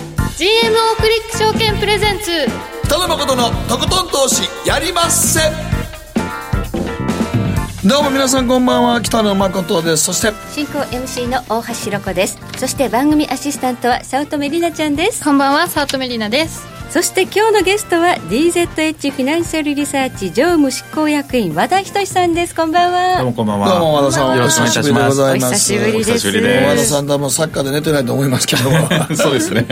GMO クリック証券プレゼンツ北野誠のとことん投資やりまっせどうも皆さんこんばんは北野誠ですそして進行 MC の大橋ひろ子ですそして番組アシスタントは早乙女里奈ちゃんですこんばんはサートメリナですそして今日のゲストは DZH フィナンシャルリサーチ常務執行役員和田仁さんですこんばんどはうもこんばんどは。うも和田さんよおろしくお久願いいしましたぶりでごす。ざおいます久しぶりですお久しぶり和で田すさんだもうサッカーで寝てないと思いますけども そうですね。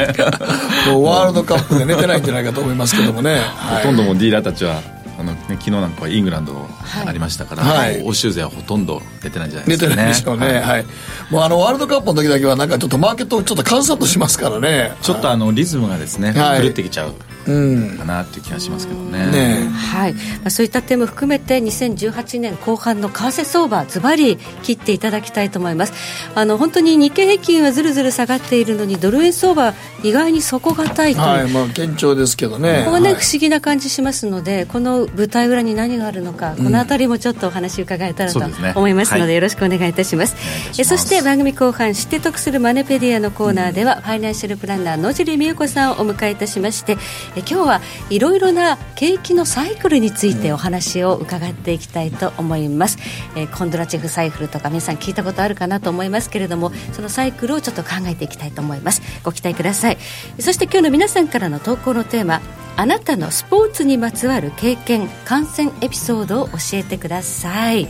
もうワールドカップで寝てないんじゃないかと思いますけど もね、ほはいとんどもうディーラーたちは、あの、ね、昨日なんかはイングランドいありましたから、はい欧州勢はほとんど出てないんじゃないで寝すかてね。ないでしょうね、はいはいもうあのワールドカップの時だけはなんかちょっとマーケットをちょっと閑散としますからねちょっとあの、リズムがですね、はい狂ってきちゃううんかなっていう気がしますけどね。ねい、まあ、そういった点も含めて2018年後半の為替相場ズバリ切っていただきたいと思いますあの本当に日経平均はずるずる下がっているのにドル円相場意外に底堅いという、はいまあ堅調ですけどねここがね、はい不思議な感じしますのでこの舞台裏に何があるのか、この辺りもちょっとお話伺えたらとそうですね思いますのではいよろしくお願いいたします,、願いいたしますえそして番組後半知って得するマネペディアのコーナーでは、ファイナンシャルプランナー野尻美優子さんをお迎えいたしましてえ今日はいろいろな景気のサイクルについてお話を伺っていきたいと思います、えコンドラチェフサイクルとか皆さん聞いたことあるかなと思いますけれどもそのサイクルをちょっと考えていきたいと思いますご期待くださいそして今日の皆さんからの投稿のテーマあなたのスポーツにまつわる経験観戦エピソードを教えてください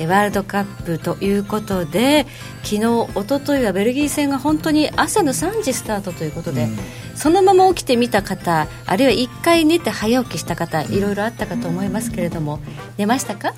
えワールドカップということで昨日一昨日はベルギー戦が本当に朝の3時スタートということで、そのまま起きてみた方あるいは1回寝て早起きした方いろいろあったかと思いますけれども寝ましたか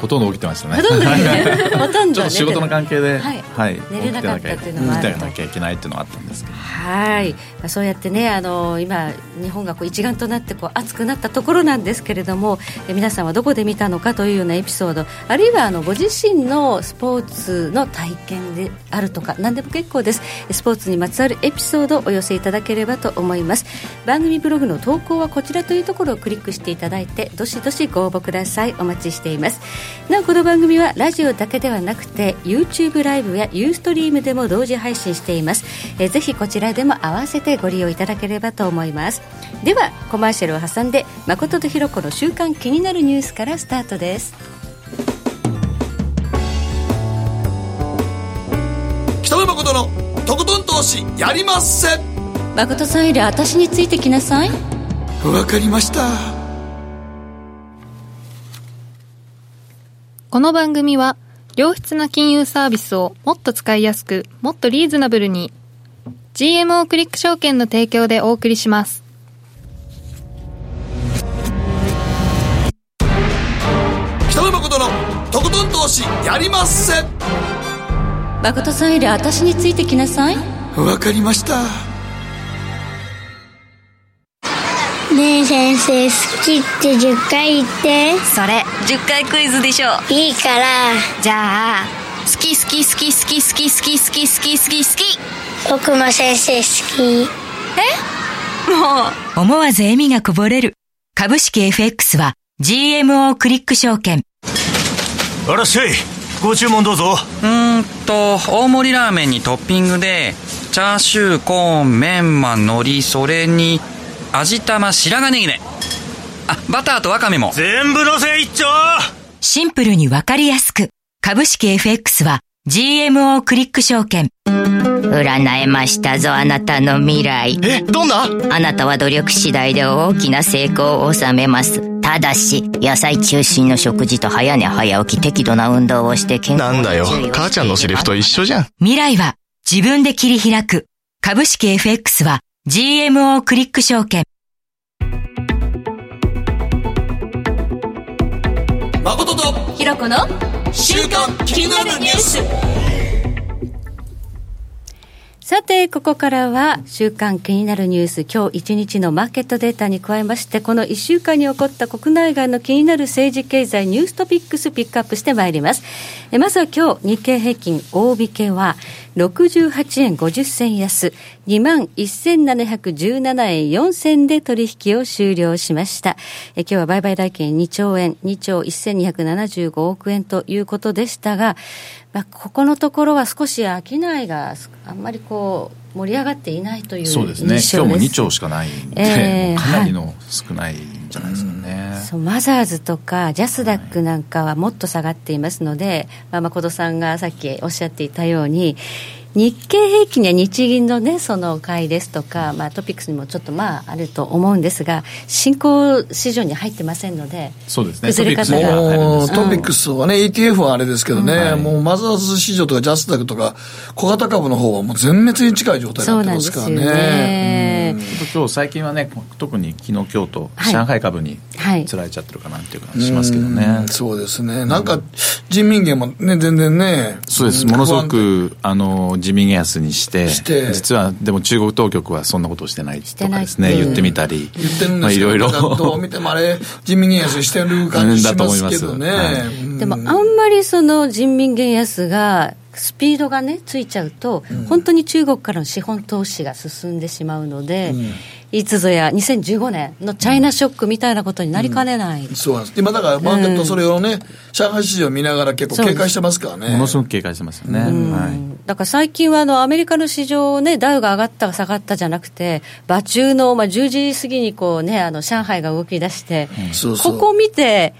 ほとんど起きてましたね。ほとんど 寝てほとんちどょっと寝仕て事のた関係で、はい寝れなかったっていうのも起あきるとてなきゃいけないっていうのがあったんですけど。はい、まあ、そうやってねあの今日本がこう一丸となってこう熱くなったところなんですけれどもえ皆さんはどこで見たのかというようなエピソードあるいはあのご自身のスポーツの体験であるとか何でも結構ですスポーツにまつわるエピソードをお寄せいただければと思います番組ブログの投稿はこちらというところをクリックしていただいてどしどしご応募くださいお待ちしていますなおこの番組はラジオだけではなくて YouTube ライブや Ustream でも同時配信していますえーぜひこちらでも合わせてご利用いただければと思いますではコマーシャルを挟んで誠とひろ子の週刊気になるニュースからスタートです北野誠のとことん投資やりまっせ誠さんより私についてきなさいわかりましたこの番組は良質な金融サービスをもっと使いやすくもっとリーズナブルに GMO クリック証券の提供でお送りします北野誠のとことん投資やりまっせ誠さんより私についてきなさいわかりましたねえ先生好きって10回言ってそれ10回クイズでしょいいからじゃあ好き好き好き好き好き好き好き好き好き好き僕も先生好き思わず笑みがこぼれる。株式 FX は GMO クリック証券。あらっしゃいご注文どうぞうーんと大盛りラーメンにトッピングでチャーシューコーンメンマ海苔それに味玉白髪ネギねあバターとわかめも全部のせ一丁シンプルにわかりやすく。株式 FX は GMO クリック証券。占えましたぞ、あなたの未来。えどんなあなたは努力次第で大きな成功を収めます。ただし、野菜中心の食事と早寝早起き適度な運動をして健な康んにだよ注意をしていれば母ちゃんのセリフと一緒じゃん未来は自分で切り開く。株式 FX は GMO クリック証券。誠とひろこの週刊気になるニュースさて、ここからは、週間気になるニュース、今日一日のマーケットデータに加えまして、この1週間に起こった国内外の気になる政治経済ニューストピックスピックアップしてまいります。えまずは今日、日経平均大引けは、68円50銭安、21,717円4銭で取引を終了しました。え今日は売買代金2兆円、2兆1,275億円ということでしたが、まあ、ここのところは少し商いがすあんまりこう盛り上がっていないというそうですね印今象日もで2す丁しかないんで、ええもうかなりの少ないんじゃないですかね、そうマザーズとかジャスダックなんかはもっと下がっていますので、まあ、誠さんがさっきおっしゃっていたように日経平均や日銀の、ね、その買いですとか、まあ、トピックスにもちょっとまああると思うんですが新興市場に入ってませんのでそうですね崩れ方トピックスがも。もうトピックスはね、ETF はあれですけどね、もうマザーズ市場とかジャスダックとか、小型株の方はもう全滅に近い状態にそうなってなんまですすからよね。ね。今日最近はね特に昨日今日とはい上海株にはいつられちゃってるかなっていう感じしますけどね、うんそうですね。なんか、人民元もね、全然ね。そうです、んものすご。くあの地味安にしてして実はでも中国当局はそんなことをしてないてとかないですね、うん言ってみたり、言ってるまんであすいけど、ろいろなんかどう見てもあれ、人民元安してる感じしますけどうんね。だと思いますはうんでもあんまりその人民元安がスピードがねついちゃうと、本当に中国からの資本投資が進んでしまうので、いつぞや2015年のチャイナショックみたいなことになりかねない、そうなんです。今だからマーケットそれをね、上海市場見ながら結構警戒してますからね。 ものすごく警戒してますよね、はいだから最近はあのアメリカの市場ねダウが上がった下がったじゃなくて場中のまあ10時過ぎにこうねあの上海が動き出して、そうそうここ見て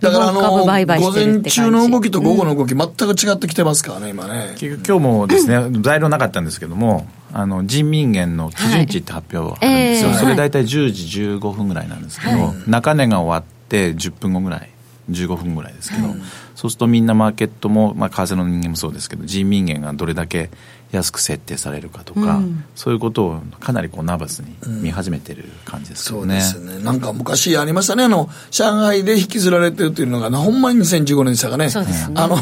日だからあ本株の、売買午してるっ前て感じ中の動きと午後の動き、全く違ってきてますからね、今ね。結局今日もですね 材料なかったんですけどもあの人民元の基準値って発表あるんですよ、はいええそれ大体10時15分ぐらいなんですけど、中値が終わって10分後ぐらい15分ぐらいですけど、そうするとみんなマーケットも、まあ、為替の人間もそうですけど人民元がどれだけ安く設定されるかとか、そういうことをかなりこうナーバスに見始めてる感じですけそどうでね。すね。なんか昔ありましたね、あの、上海で引きずられてるというのが、ほんまに2015年でしたかね。そうですねあの、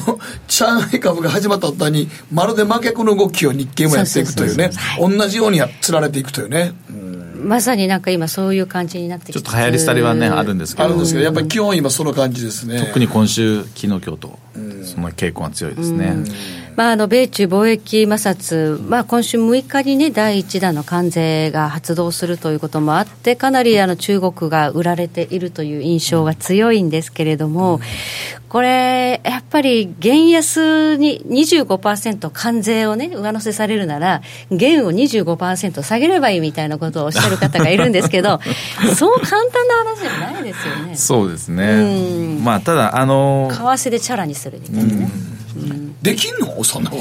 上海株が始まった途端に、まるで真逆の動きを日経もやっていくというねそうそうそう、同じようにやつられていくというね。まさになんか今そういう感じになってきちょてっと流行り廃りはねあるんですけあどるんですけど、やっぱり基本今その感じですね。特に今週昨日今日とその傾向が強いですね。まあ、あの米中貿易摩擦、まあ、今週6日に、ね、第1弾の関税が発動するということもあって、かなりあの中国が売られているという印象が強いんですけれども、これ、やっぱり原安に25%関税を、ね、上乗せされるなら、元を25%下げればいいみたいなことをおっしゃる方がいるんですけど、そう簡単な話じゃないですよね、そうですね、まあただあの為替でチャラにするみたいなね。できんのそんなこ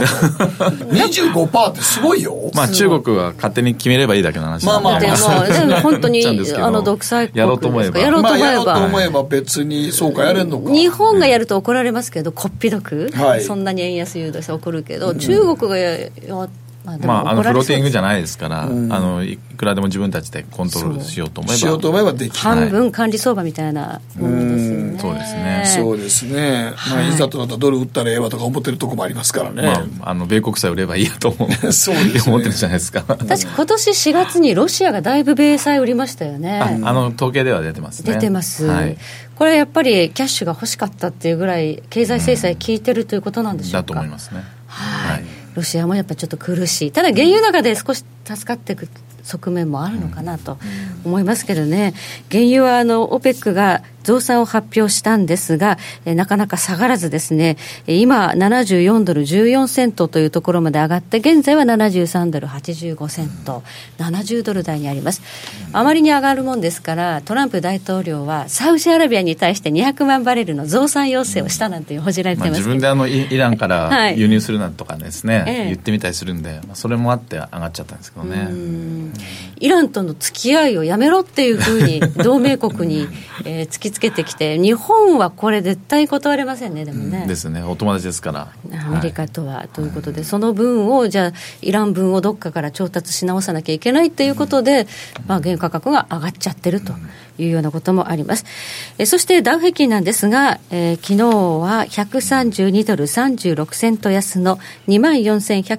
と。25%ってすごいよ。まあ中国は勝手に決めればいいだけの話なんでまあでまもあまあでも本当になっちゃうんですけどあの独裁国やろうと思えばやろうとまあ思えやろうとば、思えば別に、そうか、やれんのか。日本がやると怒られますけど、こっぴどく、はいそんなに円安誘導して怒るけど、中国がや、まあ、でまもああ怒のフられローそテうィングですじゃないですから、あのいくらでも自分たちでコントロールしようと思えばしようと思えばできる。半分管理相場みたいなものですよね。そうですねそうですね。まあ、いざとなったらドル売ったらええわとか思ってるとこもありますからね。まあ、あの米国債売ればいいやと 思うそうで すね思ってるじゃないですか確か今年4月にロシアがだいぶ米債売りましたよね。ああの統計では出てますね出てます、はい、これやっぱりキャッシュが欲しかったっていうぐらい経済制裁効いてるということなんでしょうか、だと思いますねはいはいロシアもやっぱりちょっと苦しい、ただ原油高で少し助かっていく側面もあるのかなと思いますけどね、原油はあの OPEC が増産を発表したんですが、えーなかなか下がらずですね、えー今、74ドル14セントというところまで上がって、現在は73ドル85セント、70ドル台にあります。あまりに上がるもんですから、トランプ大統領はサウジアラビアに対して200万バレルの増産要請をしたなんていう報じられてまあ、ますけど、自分であのイイランかはらい輸入するなんとかですね、ええ言ってみたりするんで、まあ、それもあって上がっちゃったんですけどね、イランとの付き合いをやめろっていうふう に同盟国に、えー突きつけてきて日本はこれ絶対断れませんねでもね、ですねお友達ですからアメリカとはということで、その分をじゃあイラン分をどっかから調達し直さなきゃいけないということで、まあ、原油価格が上がっちゃってるというようなこともあります、えーそしてダウ平均なんですが、えー昨日は132ドル36セント安の2万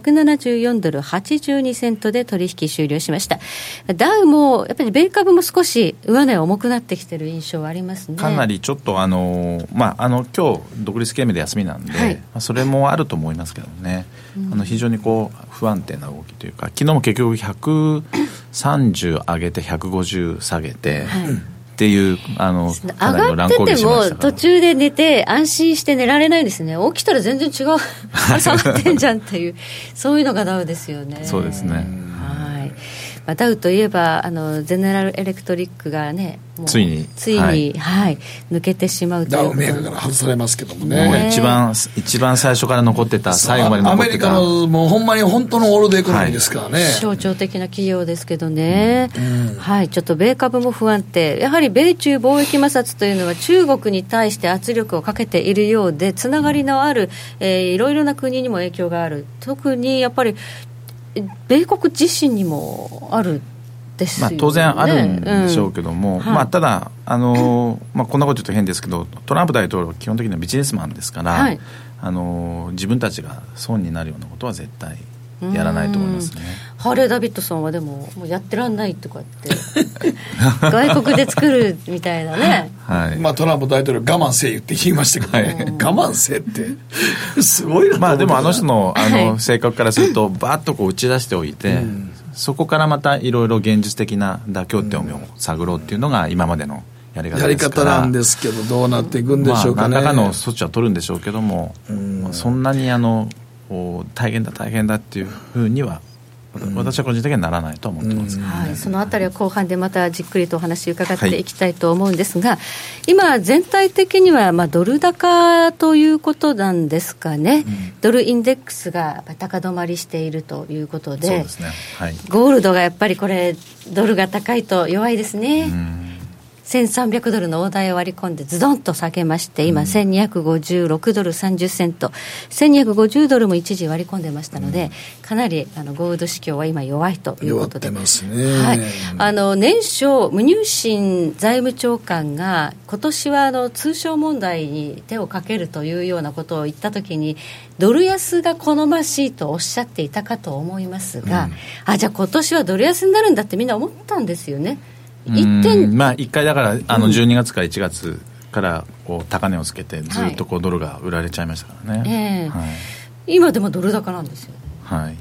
4174ドル82セントで取引終了しましたダウもやっぱり米株も少し上値重くなってきてる印象はありますねかなりちょっとあの、まあ、あの今日独立系名で休みなんで、はいまあそれもあると思いますけどね、あの非常にこう不安定な動きというか昨日も結局130上げて150下げて、っていうあのかなり上のがっ乱て高下てしまもしたから途中で寝て安心して寝られないですね起き たら全然違うあれ下がってんじゃんっていうそういうのがダウですよねそうですね、まあ、ダウといえばあのゼネラルエレクトリックがねもうついについに、ははいい抜けてしまうといダうウこンメーカーとから外されますけどももねう一番一番最初から残ってた最後までア残メってリカたのもうほんまに本当のオールドエコノミーですからね、象徴的な企業ですけどね、はい、ちょっと米株も不安定、やはり米中貿易摩擦というのは、中国に対して圧力をかけているようで、つながりのある、えーいろいろな国にも影響がある、特にやっぱり、え米国自身にもあるですよまあね、当然あるんでしょうけども、んはいまあ、ただ、あのーまあ、こんなこと言うと変ですけどトランプ大統領は基本的にはビジネスマンですから、はいあのー自分たちが損になるようなことは絶対やらないと思いますね。ハーレー・ダビッドソンはでも、もうやってらんないとかって、 外国で作るみたいなね。はいまあ、トランプ大統領我慢せえ言って言いましたけど、はい我慢せえって すごいなと思ってまあでもあの人のあはのい性格からするとバーッとこう打ち出しておいて、そこからまたいろいろ現実的な妥協点を探ろうっていうのが今までのやり方やでりすか方らなんですけどどうなっていくんでましあょうか何ね、らかの措置は取るんでしょうけども、まあそんなにあのこう大変だ大変だっていうふうには私は個人的にはならないとは思ってますけどね、はい、そのあたりは後半でまたじっくりとお話伺っていきたいと思うんですが、今、全体的にはまあドル高ということなんですかね、ドルインデックスがやっぱり高止まりしているということでそうですねはいゴールドがやっぱりこれ、ドルが高いと弱いですね。1300ドルの大台を割り込んでズドンと下げまして今1256ドル30セント1250ドルも一時割り込んでましたので、かなりあのゴールド市況は今弱いという弱こっとでてますね、はい、あの年初、無入信財務長官が、今年はあの通商問題に手をかけるというようなことを言ったときに、ドル安が好ましいとおっしゃっていたかと思いますが、あじゃあ、今年はドル安になるんだってみんな思ったんですよね。一うん点まあ一回だからあの12月から1月からこう高値をつけてずっとこうドルが売られちゃいましたからええね、今でもドル高なんですよ、はい、 はい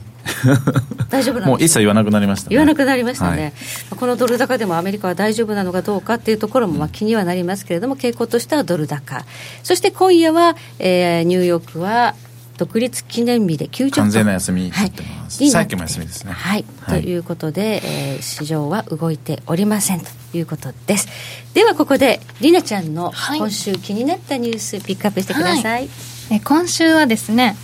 大丈夫なんですかもう一切言わなくなりましたね言わなくなりましたね、はいこのドル高でもアメリカは大丈夫なのかどうかっていうところもまあ気にはなりますけれども、傾向としてはドル高、そして今夜は、えーニューヨークは独立記念日で休場完全なと。休みになってます、はいさっきも休みですねはい、はいということで、えー市場は動いておりませんということですではここでりなちゃんのはい今週気になったニュースピックアップしてください、え今週はですね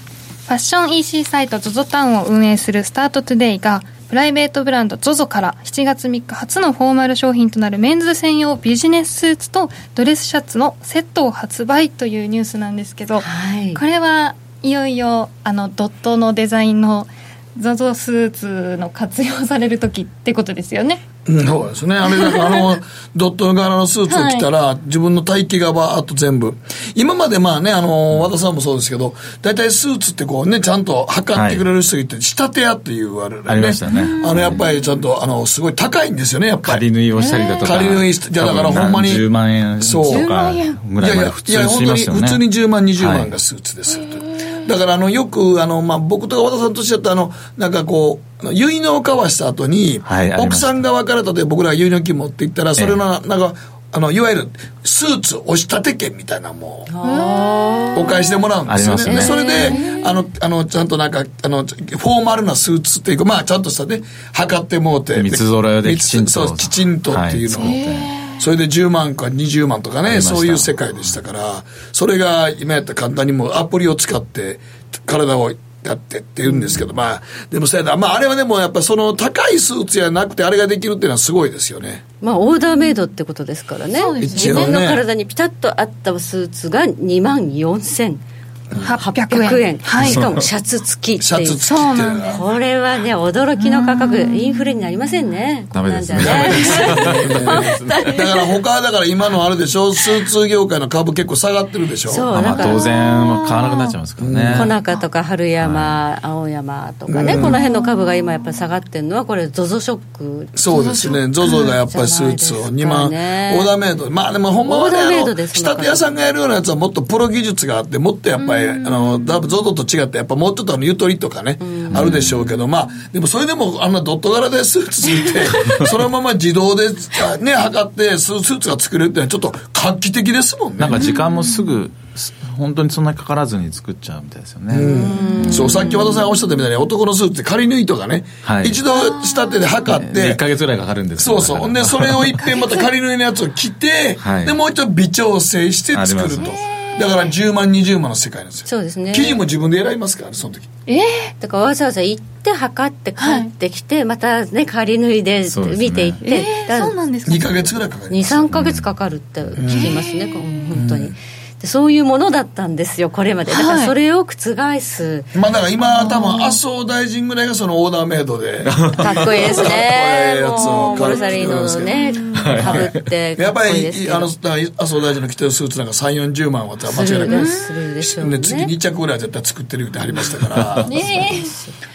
ファッション EC サイト ZOZO タウンを運営するスタートトゥデイがプライベートブランド ZOZO から7月3日初のフォーマル商品となるメンズ専用ビジネススーツとドレスシャツのセットを発売というニュースなんですけど、はいこれはいよいよあのドットのデザインの ZOZO スーツの活用される時ってことですよねうんそうですね。あれだから、あ の、ドット柄のスーツを着たら、自分の体型がバーっと全部。今までまあね、あの、和田さんもそうですけど、大体スーツってこうね、ちゃんと測ってくれる人いて、仕立て屋っていうあれ、ね、ありましたねあの、やっぱりちゃんと、あの、すごい高いんですよね、やっぱ仮り。縫いをしたりだとか仮縫いしいやだからほんまに10万円そうとかぐらいまで普いや通いやしますよいや本当に普通にね10万20は万いがスーツですよと、だからあのよくあの、まあ、僕とか和田さんとおっしゃったあのなんかこうあの結納を交わした後に、はいありま奥したさんが別れたで僕らが結納金持って行ったらそれの、なんかあのいわゆるスーツ押し立て券みたいなのもお返しでもらうんですよねありますそれであのあのちゃんとなんかあのフォーマルなスーツっていうかまあちゃんとしたね測ってもうて三つ揃えできちんと三つそうきちんとっていうのを、はいそうそれで10万か20万とかりね、ましたそういう世界でしたから、それが今やったら簡単にもうアプリを使って、体をやってって言うんですけど、まあ、でもそうやな、まああれはでもやっぱその高いスーツじゃなくてあれができるっていうのはすごいですよね。まあ、オーダーメイドってことですからねですね自分の一応ね体にピタッと合ったスーツが2万4800 800円はいしかもシャツ付きシっていャうツ付きってそいううのなが。これはね驚きの価格インフレになりませんねダメですねこんなんじゃねだから他はだから今のあれでしょ、スーツ業界の株結構下がってるでしょ。そうまあなんか当然買わなくなっちゃいますからね、小中とか春山、青山とかね、この辺の株が今やっぱり下がってるのはこれ ZOZO ショックそうですね。ゾゾがやっぱりスーツを2万、オじゃないですかねーダーメイド。まあでもほんまはね、オーダーメイあドの、で仕すもん立て屋さんがやるようなやつはもっとプロ技術があって、もっとやっぱり、あの、だゾゾと違って、やっぱもうちょっとあの、ゆとりとかね、あるでしょうけど、まあ、でもそれでもあんなドット柄でスーツつい て、そのまま自動で、ね、測ってス、スーツが作れるってのはちょっと画期的ですもんねなん。か時間もすぐ本当にそんなにかからずに作っちゃうみたいですよね。そう、さっき和田さんがおっしゃったみたいに、男のスーツって仮縫いとかね、はい一度仕立てで測っでて1、ヶ月ぐらいかかるんですけそどうそう。ほんだで、からそれを一 遍また仮縫いのやつを着て、はいで、もう一度微調整して作るとありま。だから10万、20万の世界なんですよ。そうですね生地も自分で選びますからね、その時。えー、だからわざわざ行って測って帰ってきて、またね仮縫いでそうですね見ていって、えー、そうなんですか2ヶ月ぐらいかかります。 23か月かかるって聞きますね、こう本当にでそういうものだったんですよこれまでだからはいそれを覆す、まあだから今、多分麻生大臣ぐらいがそのオーダーメイ ドで。かっこいいですねかっこいいやつをもうボルサリーノのねかぶってやかっっぱこいいりですけ、どあの、だから麻生大臣の着てるスーツなんか3、40万は間す違いなるくね。するでしょうねね、次2着ぐらいは絶対作ってるってありましたから。え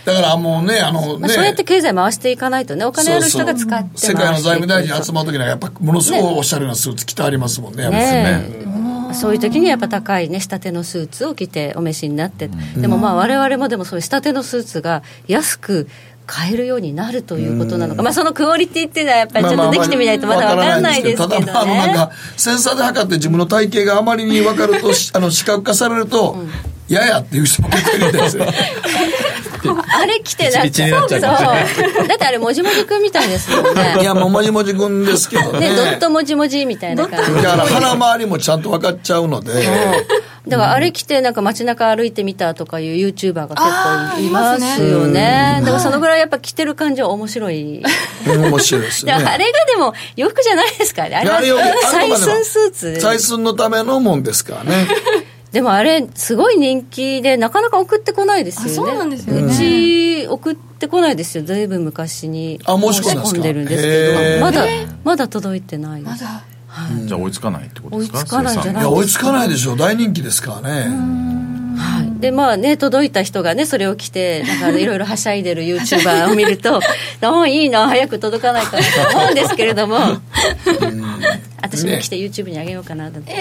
だからもうね、あのまあ、ね。そうやって経済回していかないとねお金ある人が使って回して世界の財務大臣集ままるときにはやっぱものすごいおしゃれなスーツ着てありますもんねやっぱりねえそういう時にやっぱ高いね仕立てのスーツを着てお召しになって、でもまあ我々もでもそういう仕立てのスーツが安く買えるようになるということなのか、まあ、そのクオリティっていうのはやっぱりちょっとできてみないとまだわからないですけどね。ただまああのなんかセンサーで測って自分の体型があまりに分かるとしあの視覚化されると、ややっていう人も結構いるみた いですよあれ着てなピチピチになっちゃうかそうだってあれもじもじくんみたいですもん ねいやもうもじもじくんですけどねねドットもじもじみたいな感じだから腹回りもちゃんと分かっちゃうのでだからあれ着てなんか街中歩いてみたとかいうユーチューバーが結構いますよねだからそのぐらいやっぱ着てる感じは面白 い、面白いですでよもあねれがでも洋服じゃないですからねあいれやはあれをあ採くまでも寸スーツ採寸のためのもんですからねでもあれすごい人気でなかなか送ってこないですよねあそうなんですよねうち送ってこないですよずいぶん昔にあ申し込んだんです申かしんですへけーどまだまだ届いてないですだじゃあ追いつかないってことですか追いつかないんじゃいないや追いつかないでしょ大人気ですからねはい、でまあね届いた人がねそれを着てなんかあのいろいろはしゃいでる YouTuber を見る と「あいいな早く届かないか」と思うんですけれども私も着て YouTube にあげようかなと、て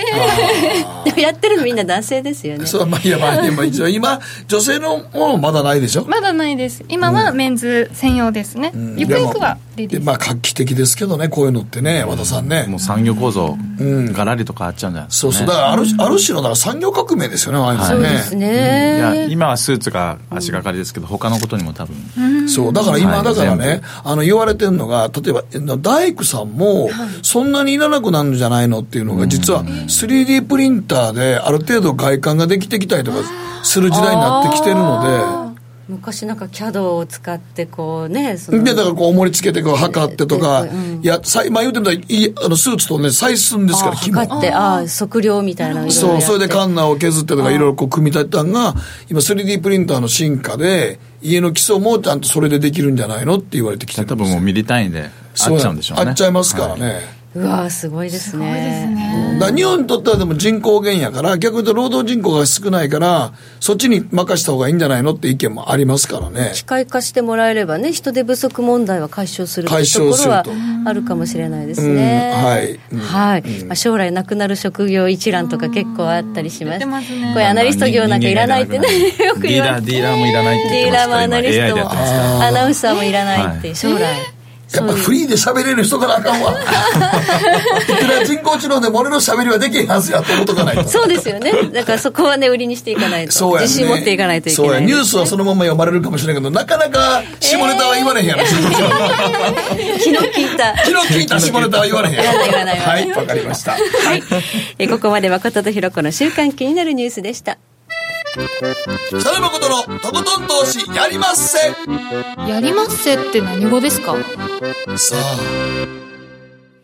でもやってるのみんな男性ですよねそうまあいやまあでも一応今女性のものまだないでしょまだないです今はメンズ専用ですね、うんゆくゆくはレディでもでースまあ画期的ですけどねこういうのってね和田さんねもう産業構造うんがらりと変わっちゃうんじゃないですかそねうそうだからあるある種のだから産業革命ですよねああいうのそうねですね、いや今はスーツが足がかりですけど他のことにも多分そうだから今、はいだから全ねあの言われてるのが例えばえー大工さんもそんなにいらなくなるんじゃないのっていうのが実は 3D プリンターである程度外観ができてきたりとかする時代になってきてるので。昔なんか CAD を使ってこうねそので、だからこう、重りつけて、こう、測ってとかうん、いや、さいまあ言うてみたらいい、あの、スーツとね、採寸ですかあら、肝測ってああ測量みたいなのいろいろそやう、ってそれでカンナを削ってとかいろいろこう組み立てたんが、今 3D プリンターの進化で、家の基礎もちゃんとそれでできるんじゃないのって言われてきてるん多で分すもうミリ単位で合っちゃうんでしょうねあっちゃいますからね。うわーすごいですねだから日本にとってはでも人口減やから、逆に言うと労働人口が少ないから、そっちに任した方がいいんじゃないのって意見もありますからね。機械化してもらえればね人手不足問題は解消すると解消こすろるはとあるかもしれないですね、うんはいうんはいまあ、将来なくなる職業一覧とか結構あったりしま出すてますねこれアナリスト業なんかいらないってねよくディ言ーわラれーてディーラーもいらないってディ言っーてまラーすもアナリストもアナウンサーもいらないって将来、やっぱフリーで喋れる人からあかんわ。いくら人工知能でも俺の喋りはできへんはずやと思っとかないと。そうですよね だからそこはね売りにしていかないとそうやね、自信持っていかないといけそうなやいニュースはそのまま読まれるかもしれないけどなかなか下ネタは言われへんやろ、昨日聞い た昨日聞いた下ネタは言われへんやろ言わない言わはないいわかりましたはい、えここまで誠とひろ子の週刊気になるニュースでした北野誠のとことん投資やりまっせやりますせって何語ですかさあ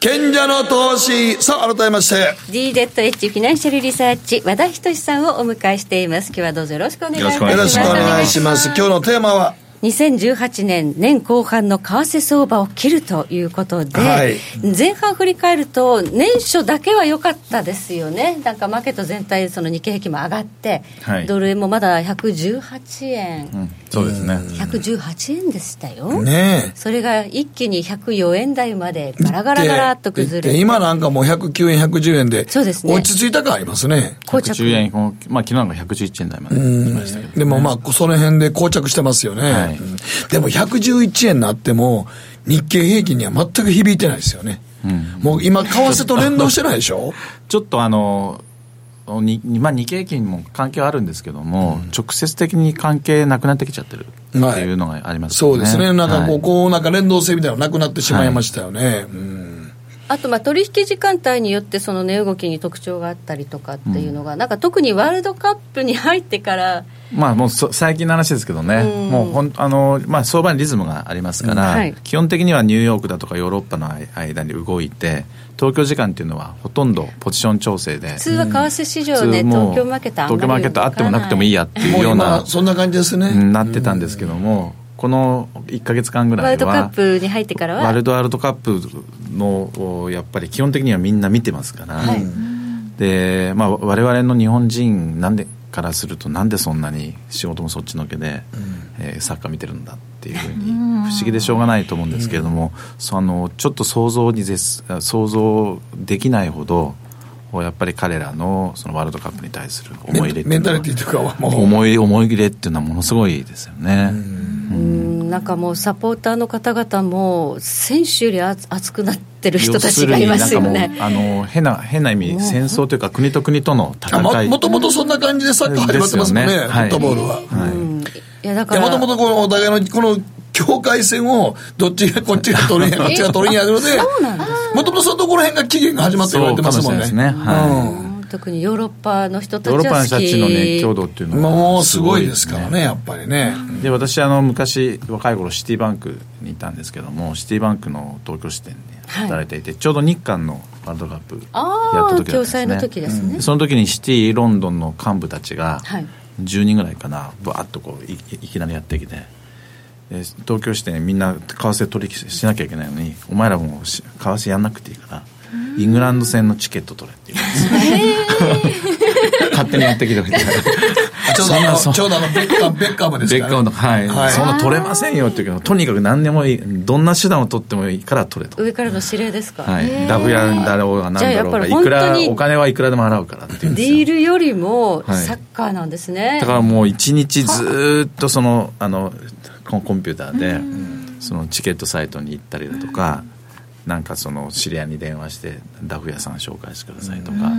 賢者の投資さあ改めまして DZH フィナンシャルリサーチ和田仁さんをお迎えしています今日はどうぞよろしくお願いいたしよよろろししくくおお願願いします今日のテーマは2018年年後半の為替相場を切るということで、はい前半振り返ると年初だけは良かったですよねなんかマーケット全体その日経平均も上がって、はいドル円もまだ118円、うんそうですね118円でしたよ、ねえそれが一気に104円台までガラガラガラっと崩れでて今なんかもう109円110円でそうですね落ち着いた感ありますね膠110円まあ昨日なんか111円台まで来ましたけどでもまあ、その辺で膠着してますよね。はいうんでも111円になっても、日経平均には全 く響いてないですよね。もう今、為替と連動してないでしょちょっとあのにまあ、日経金も関係はあるんですけども、直接的に関係なくなってきちゃってるってはいいうのがありますそうですね。なんかこはう、いこう、なんか連動性みたいなのなくなってしまいましたよね。うんあとまあ取引時間帯によってその値動きに特徴があったりとかっていうのが、なんか特にワールドカップに入ってからまあもうそ最近の話ですけどね、うんもうほんあの、まあ、相場にリズムがありますから、うんはい基本的にはニューヨークだとかヨーロッパの間に動いて東京時間っていうのはほとんどポジション調整で普通は為替市場で、普通もう東京マーケットあんまり東京マーケットあってもなくてもいいやっていもううような今、そんな感じですね。うんなってたんですけども、この1か月間ぐワーらいルドカはップに入ってからワーはルドワールドカップのおやっぱり基本的にはみんな見てますから、はいで、まあ、我々の日本人なんでからするとなんでそんなに仕事もそっちのけで、えーサッカー見てるんだっていうふうに不思議でしょうがないと思うんですけれども、そのちょっと想像に絶す想像できないほどやっぱり彼らのそのワールドカップに対する思い入れってメいうンのタはリティとかはもう。思い思い入れっていうのはものすごいですよね。うんなんかもうサポーターの方々も選手より熱熱くなってる人たちがいますよね。要するになんかもうあの変な変な意味戦争というか国と国との戦あもい。もともとそんな感じでサッカー始まってますもんね、ですフよねはッいトボールは。はいうんいやだいかや、らもともとこのお互いのこの境界線を、どっちがこっちが取る んや、どっちが取るんや、ので、そうなんですもともとそのところ辺が期限が始まって言わそれうてかまもすしもれないんですね。ね。うはん特にヨーロッパの人い。たヨーロちッパはの好き人たちの熱狂度っていうのはもうすごいですからね、やっぱりね。で私あの昔若い頃シティバンクにいたんですけどもシティバンクの東京支店で働いていて、ちょうど日韓のワールドカップやあったあ時だ共ったんです済ねの時ですね、その時にシティロンドンの幹部たちがはい10人ぐらいかなバーッとこういいいきなりやってきてで東京支店みんな為替取引しなきゃいけないのにお前らもうし為替やんなくていいからイングランド戦のチケット取れって言うんですよ 勝手にやってきてくれてちょうどあの、ちょうどあの、ベッカム、ベッカムですベからッカムの、はい。はいそんな取れませんよっていうけど、とにかく何でもいい、どんな手段を取ってもいいから取れと。上からの指令ですか、はい。ダブやんだろうが何だろうじゃあやっぱが、りい本当くらに、お金はいくらでも払うからっていうんデですィーよ。ルよりもはいサッカーなんですね、だからもう一日ずーっとその、あの、コンコンピューターで、そのチケットサイトに行ったりだとか、なんかその知り合いに電話して、ダフ屋さん紹介してくださいとか、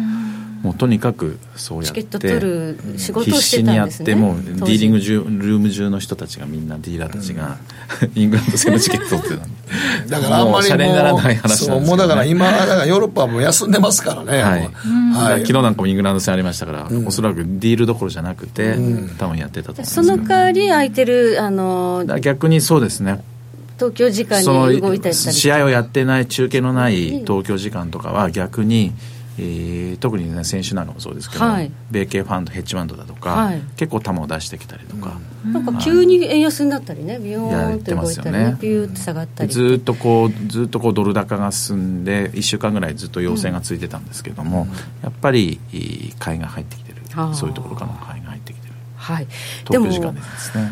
もうとにかくそうやチっケて。ット取る仕事を必して死にたやんっですてねもうディ当ー時リング中ルーム中の人たちがみんなディーラーたちが、イングランド製のチケットっていうのにだからあんまりもうシャレにならも、ないう話なんですけどそう、ねもうだから今、だからヨーロッパはもう休んでますからね。はいもう昨はい。日なんかもイングランド戦ありましたから、おそらくディールどころじゃなくて、多分やってたと思うんですそけどの代わり空いてるあのだから逆にそうですね東京時間そに動いたのりしたり試合をやってない中継のない東京時間とかは逆に、えー特に、ね、選手なんかもそうですけど、はい米系ファンドヘッジファンドだとか、はい結構球を出してきたりとか。なんか急に円安になったりねビヨーンと動いたりねやってますよねピューって下がったりずーっとこうずーっとこうドル高が進んで1週間ぐらいずっと要請がついてたんですけども、やっぱりいい買いが入ってきてるあーそういうところからの買いが入ってきてるはいで東京時間もでですね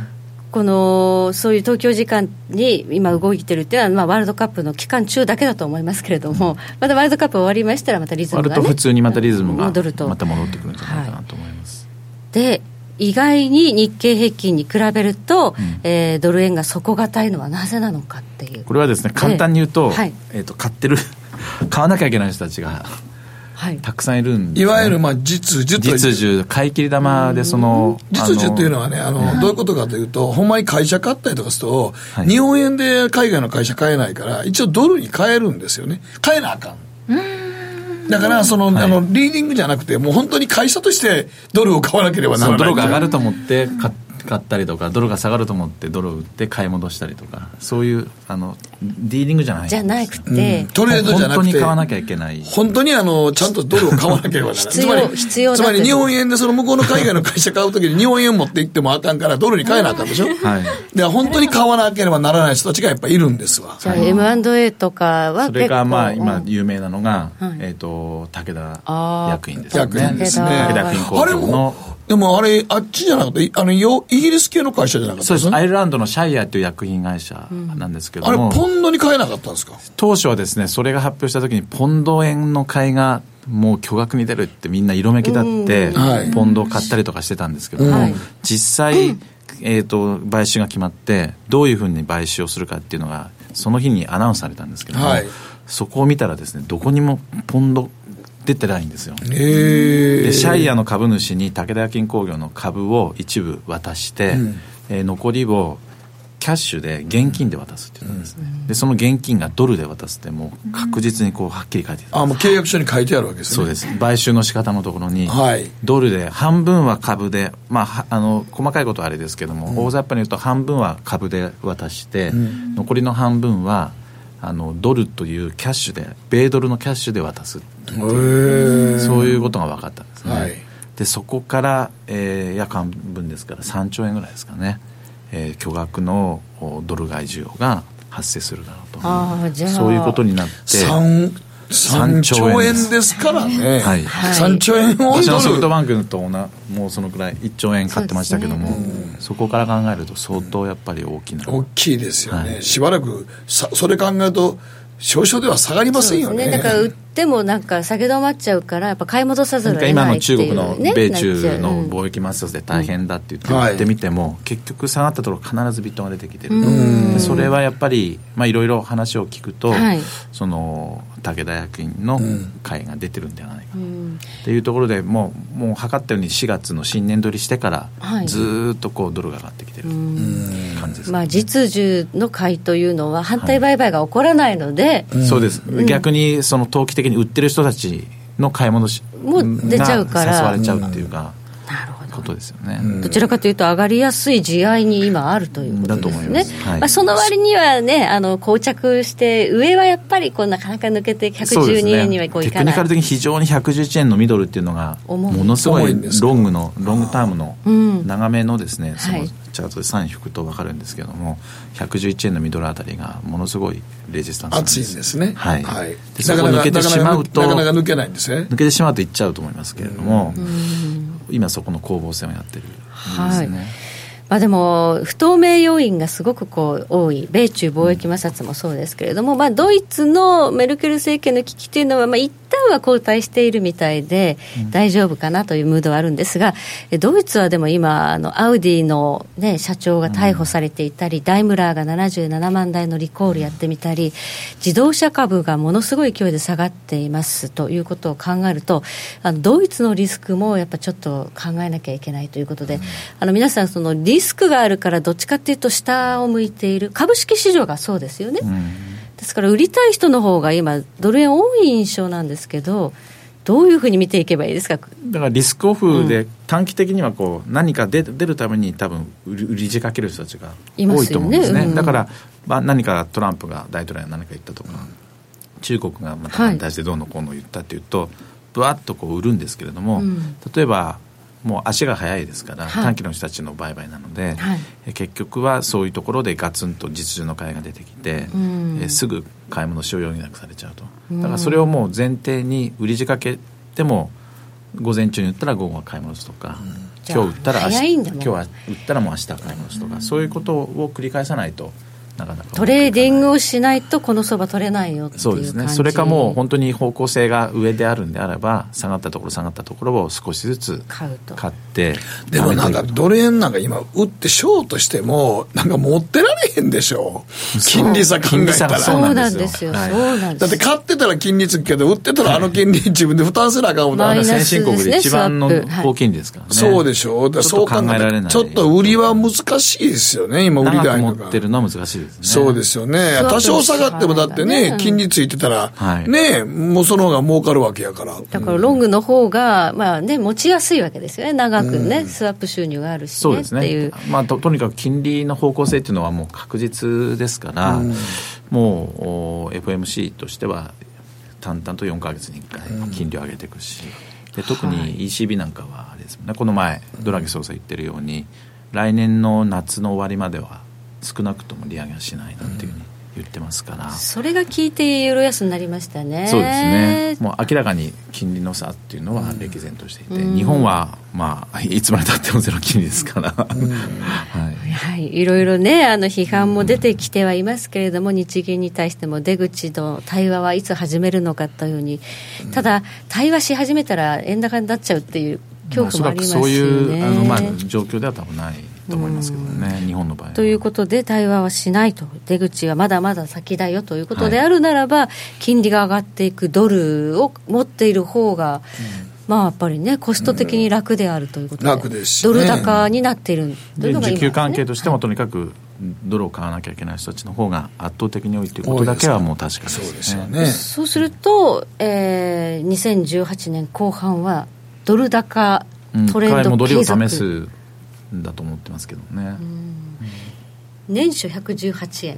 このそういう東京時間に今動いてるっていうのは、まあ、ワールドカップの期間中だけだと思いますけれども、またワールドカップ終わりましたらまたリズム割が、ね、と普通にまたリズムが戻るとまた戻ってくるんじゃないかなと思います、で意外に日経平均に比べると、えードル円が底堅いのはなぜなのかっていうこれはですね簡単に言うえと,、ええはいーと買ってる 買わなきゃいけない人たちがはいたくさんいるんです、ね、いわゆる、まあ、実需という実需買い切り玉でその実需っていうのはねね、あの、どういうことかというと、ほんまに会社買ったりとかするとは、い日本円で海外の会社買えないから、一応ドルに買えるんですよね。買えなあかん。だから、その、あの、リーディングじゃなくて、もう本当に会社としてドルを買わなければなそのらなドルい。が上がると思って買買ったりとかドルが下がると思ってドルを売って買い戻したりとかそういうあのディーリングじゃないじゃなくて、トレードじゃな本当くて。に買わなきゃいけない本当にあの、ちゃんとドルを買わなければならない。必要つまり必要だつまけりど日本円でその向こうの海外の会社買うときに日本円持って行ってもあかんからドルに買えなあかんでしょはいで、本当に買わなければならない人たちがやっぱいるんですわ。じゃあ M&A とかはそ結構れがまあう今ん有名なのが、はいえっ、と武田あー薬院ですよ逆ねなんですね。武逆田だ薬院あ工れ業のも、でもあれ、あっちじゃなくて、あの、よイギリス系の会社じゃなかったそうでですすねアイルランドのシャイアという薬品会社なんですけどあれ、も、ポンドに買えなかったんですか当初はですねそれが発表した時にポンド円の買いがもう巨額に出るってみんな色めきだって、んはいポンドを買ったりとかしてたんですけども、はい実際、えー、と買収が決まってどういうふうに買収をするかっていうのがその日にアナウンスされたんですけども、はいそこを見たらですねどこにもポンド出てないんですよ。えでシャイアの株主に武田薬品工業の株を一部渡して、えー残りをキャッシュで現金で渡すっていうのですね、でその現金がドルで渡すってもう確実にこうはっきり書いてた、あもう契約書に書いてあるわけですねそうです買収の仕方のところに、はいドルで半分は株で、まあ、はあの細かいことはあれですけども、大雑把に言うと半分は株で渡して、残りの半分はあのドルというキャッシュで米ドルのキャッシュで渡すへえそういうことが分かったんですね。はいでそこから、えー、夜間分ですから3兆円ぐらいですかね、えー巨額のおドル買い需要が発生するだろうとあーじゃあそういうことになって三三兆円ですからね、はい三兆円を私のソドフルトバンクと同じもうそのくらい1兆円買ってましたけどもそ,、こから考えると相当やっぱり大きな、大きいですよね、はいしばらくさそれ考えると少々では下がりませんよねだから売ってもなんか下げ止まっちゃうからやっぱ買い戻さざなるんをか得今なのいってい中う、ね、なっ国の米中のちゃう貿易摩擦で大変だって言ってうん言ってみても、結局下がったところ必ずビットが出てきてるでそれはやっぱりまあいろいろ話を聞くと、はいその武田薬品の会が出てるんではないかな、っていうところでもうもう測ったように4月の新年取りしてから、はいずーっとこうドルが上がってきてる感じですうんね、まあ、実需の買いというのは反対売買が起こらないので、そうです、逆にその投機的に売ってる人たちの買い戻しもう出ちゃうからが誘われちゃうっていうか、なるほどことですよね、どちらかというと上がりやすい地合いに今あるということですねだと思いますはいあ、その割にはねあの膠着して上はやっぱりこうなかなか抜けてそうです112ね円にはこういテかクニないカル的に非常に111円のミドルっていうのが重いものすご重いいんですかロングのロングタームのん長めのですねそはのいチャートで3引くと分かるんですけども111円のミドルあたりがものすごいレジスタンスなん熱いんですねはいはいでそこを抜けてしまうとなかなか抜けないんですね抜けてしまうといっちゃうと思いますけれども今そこの攻防戦をやってるんですね、はいまあ、でも不透明要因がすごくこう多い米中貿易摩擦もそうですけれども、まあ、ドイツのメルケル政権の危機というのは、まあ、一旦は後退しているみたいで、大丈夫かなというムードはあるんですがえドイツはでも今あのアウディの、ね、社長が逮捕されていたり、ダイムラーが77万台のリコールやってみたり自動車株がものすごい勢いで下がっていますということを考えるとあのドイツのリスクもやっぱちょっと考えなきゃいけないということで、あの皆さんそのリスクがあるからどっちかっていうと下を向いている株式市場がそうですよね、ですから売りたい人の方が今ドル円多い印象なんですけどどういうふうに見ていけばいいですかだからリスクオフで短期的にはこう何か出出るために多分売り売り仕掛ける人たちがいま多いすとよね思うんですねうんだから、まあ、何かトランプが大統領が何か言ったとか、中国がまたはい反対してどうのこうの言ったっていうとぶわっとこう売るんですけれども、うん例えばもう足が速いですから、はい短期の人たちの売買なので、はいえ結局はそういうところでガツンと実需の買いが出てきて、うんえすぐ買い物しよう余儀なくされちゃうとだからそれをもう前提に売り仕掛けても午前中に売ったら午後は買い戻すとか、じゃあ今日売ったら明早日いん今だもん日は売ったらもう明日は買い戻すとか、そういうことを繰り返さないとなかなかトレーディングををしないとこのそば取れないよっていうそ感うじですねそれかもう本当に方向性が上であるんであれば下がったところ下がったところを少しずつ買うと買ってでもなんか貯めていくとドル円なんか今売ってショートしてもなんか持ってられへんでしょ金利差考え金利た差がらそうそうななんんでですすよよそうはいなんですだって買ってたら金利つくけど売ってたらあの金利自分で負担せなあかんもんマイナス先進国で一番の高金利ですからね、そうでしょう。だからちょっと考そう考ええられるないとちょっと売りは難しいですよね、今売り長台くと持かって。るのは難しいですねそうですよね。そう多少下がってもだってうねん、金利ついてたら、はいね、もうその方が儲かるわけやから。だからロングの方が、まあね、持ちやすいわけですよね、長くね、スワップ収入があるしそうねでっすていねう。、まあ、ととにかく金利の方向性っていうのはもう確実ですから、もうお FMC としては淡々と4か月に1回金利を上げていくし、で特に ECB なんかはあれですもんねこの前ドラギ総裁言ってるように来年の夏の終わりまでは少なくとも利上げはしないなんていうふうに言ってますから。それが効いてユーロ安になりましたね。そうですね、もう明らかに金利の差っていうのは歴然としていて、日本は、まあ、いつまでたってもゼロ金利ですから、 はい、はい、いろいろね、あの批判も出てきてはいますけれども、日銀に対しても出口の対話はいつ始めるのかというように、ただ、対話し始めたら円高になっちゃうっていう恐怖もありますよね。そういうあの、まあ、状況では多分ないと思いますけどね、日本の場合はということで、台湾はしないと、出口はまだまだ先だよということであるならば、金利が上がっていくドルを持っている方が、まあやっぱりね、コスト的に楽であるということで、うん楽ですしドねル高になっているというでのが今で需すね給関係としても、とにかくドルを買わなきゃいけない人たちの方が圧倒的に多いということだけはもう確かですそうねですよね。そうすると、えー、2018年後半は、ドル高うんトレン一回ド戻り継を続、試すんだと思ってますけどね、年初118円。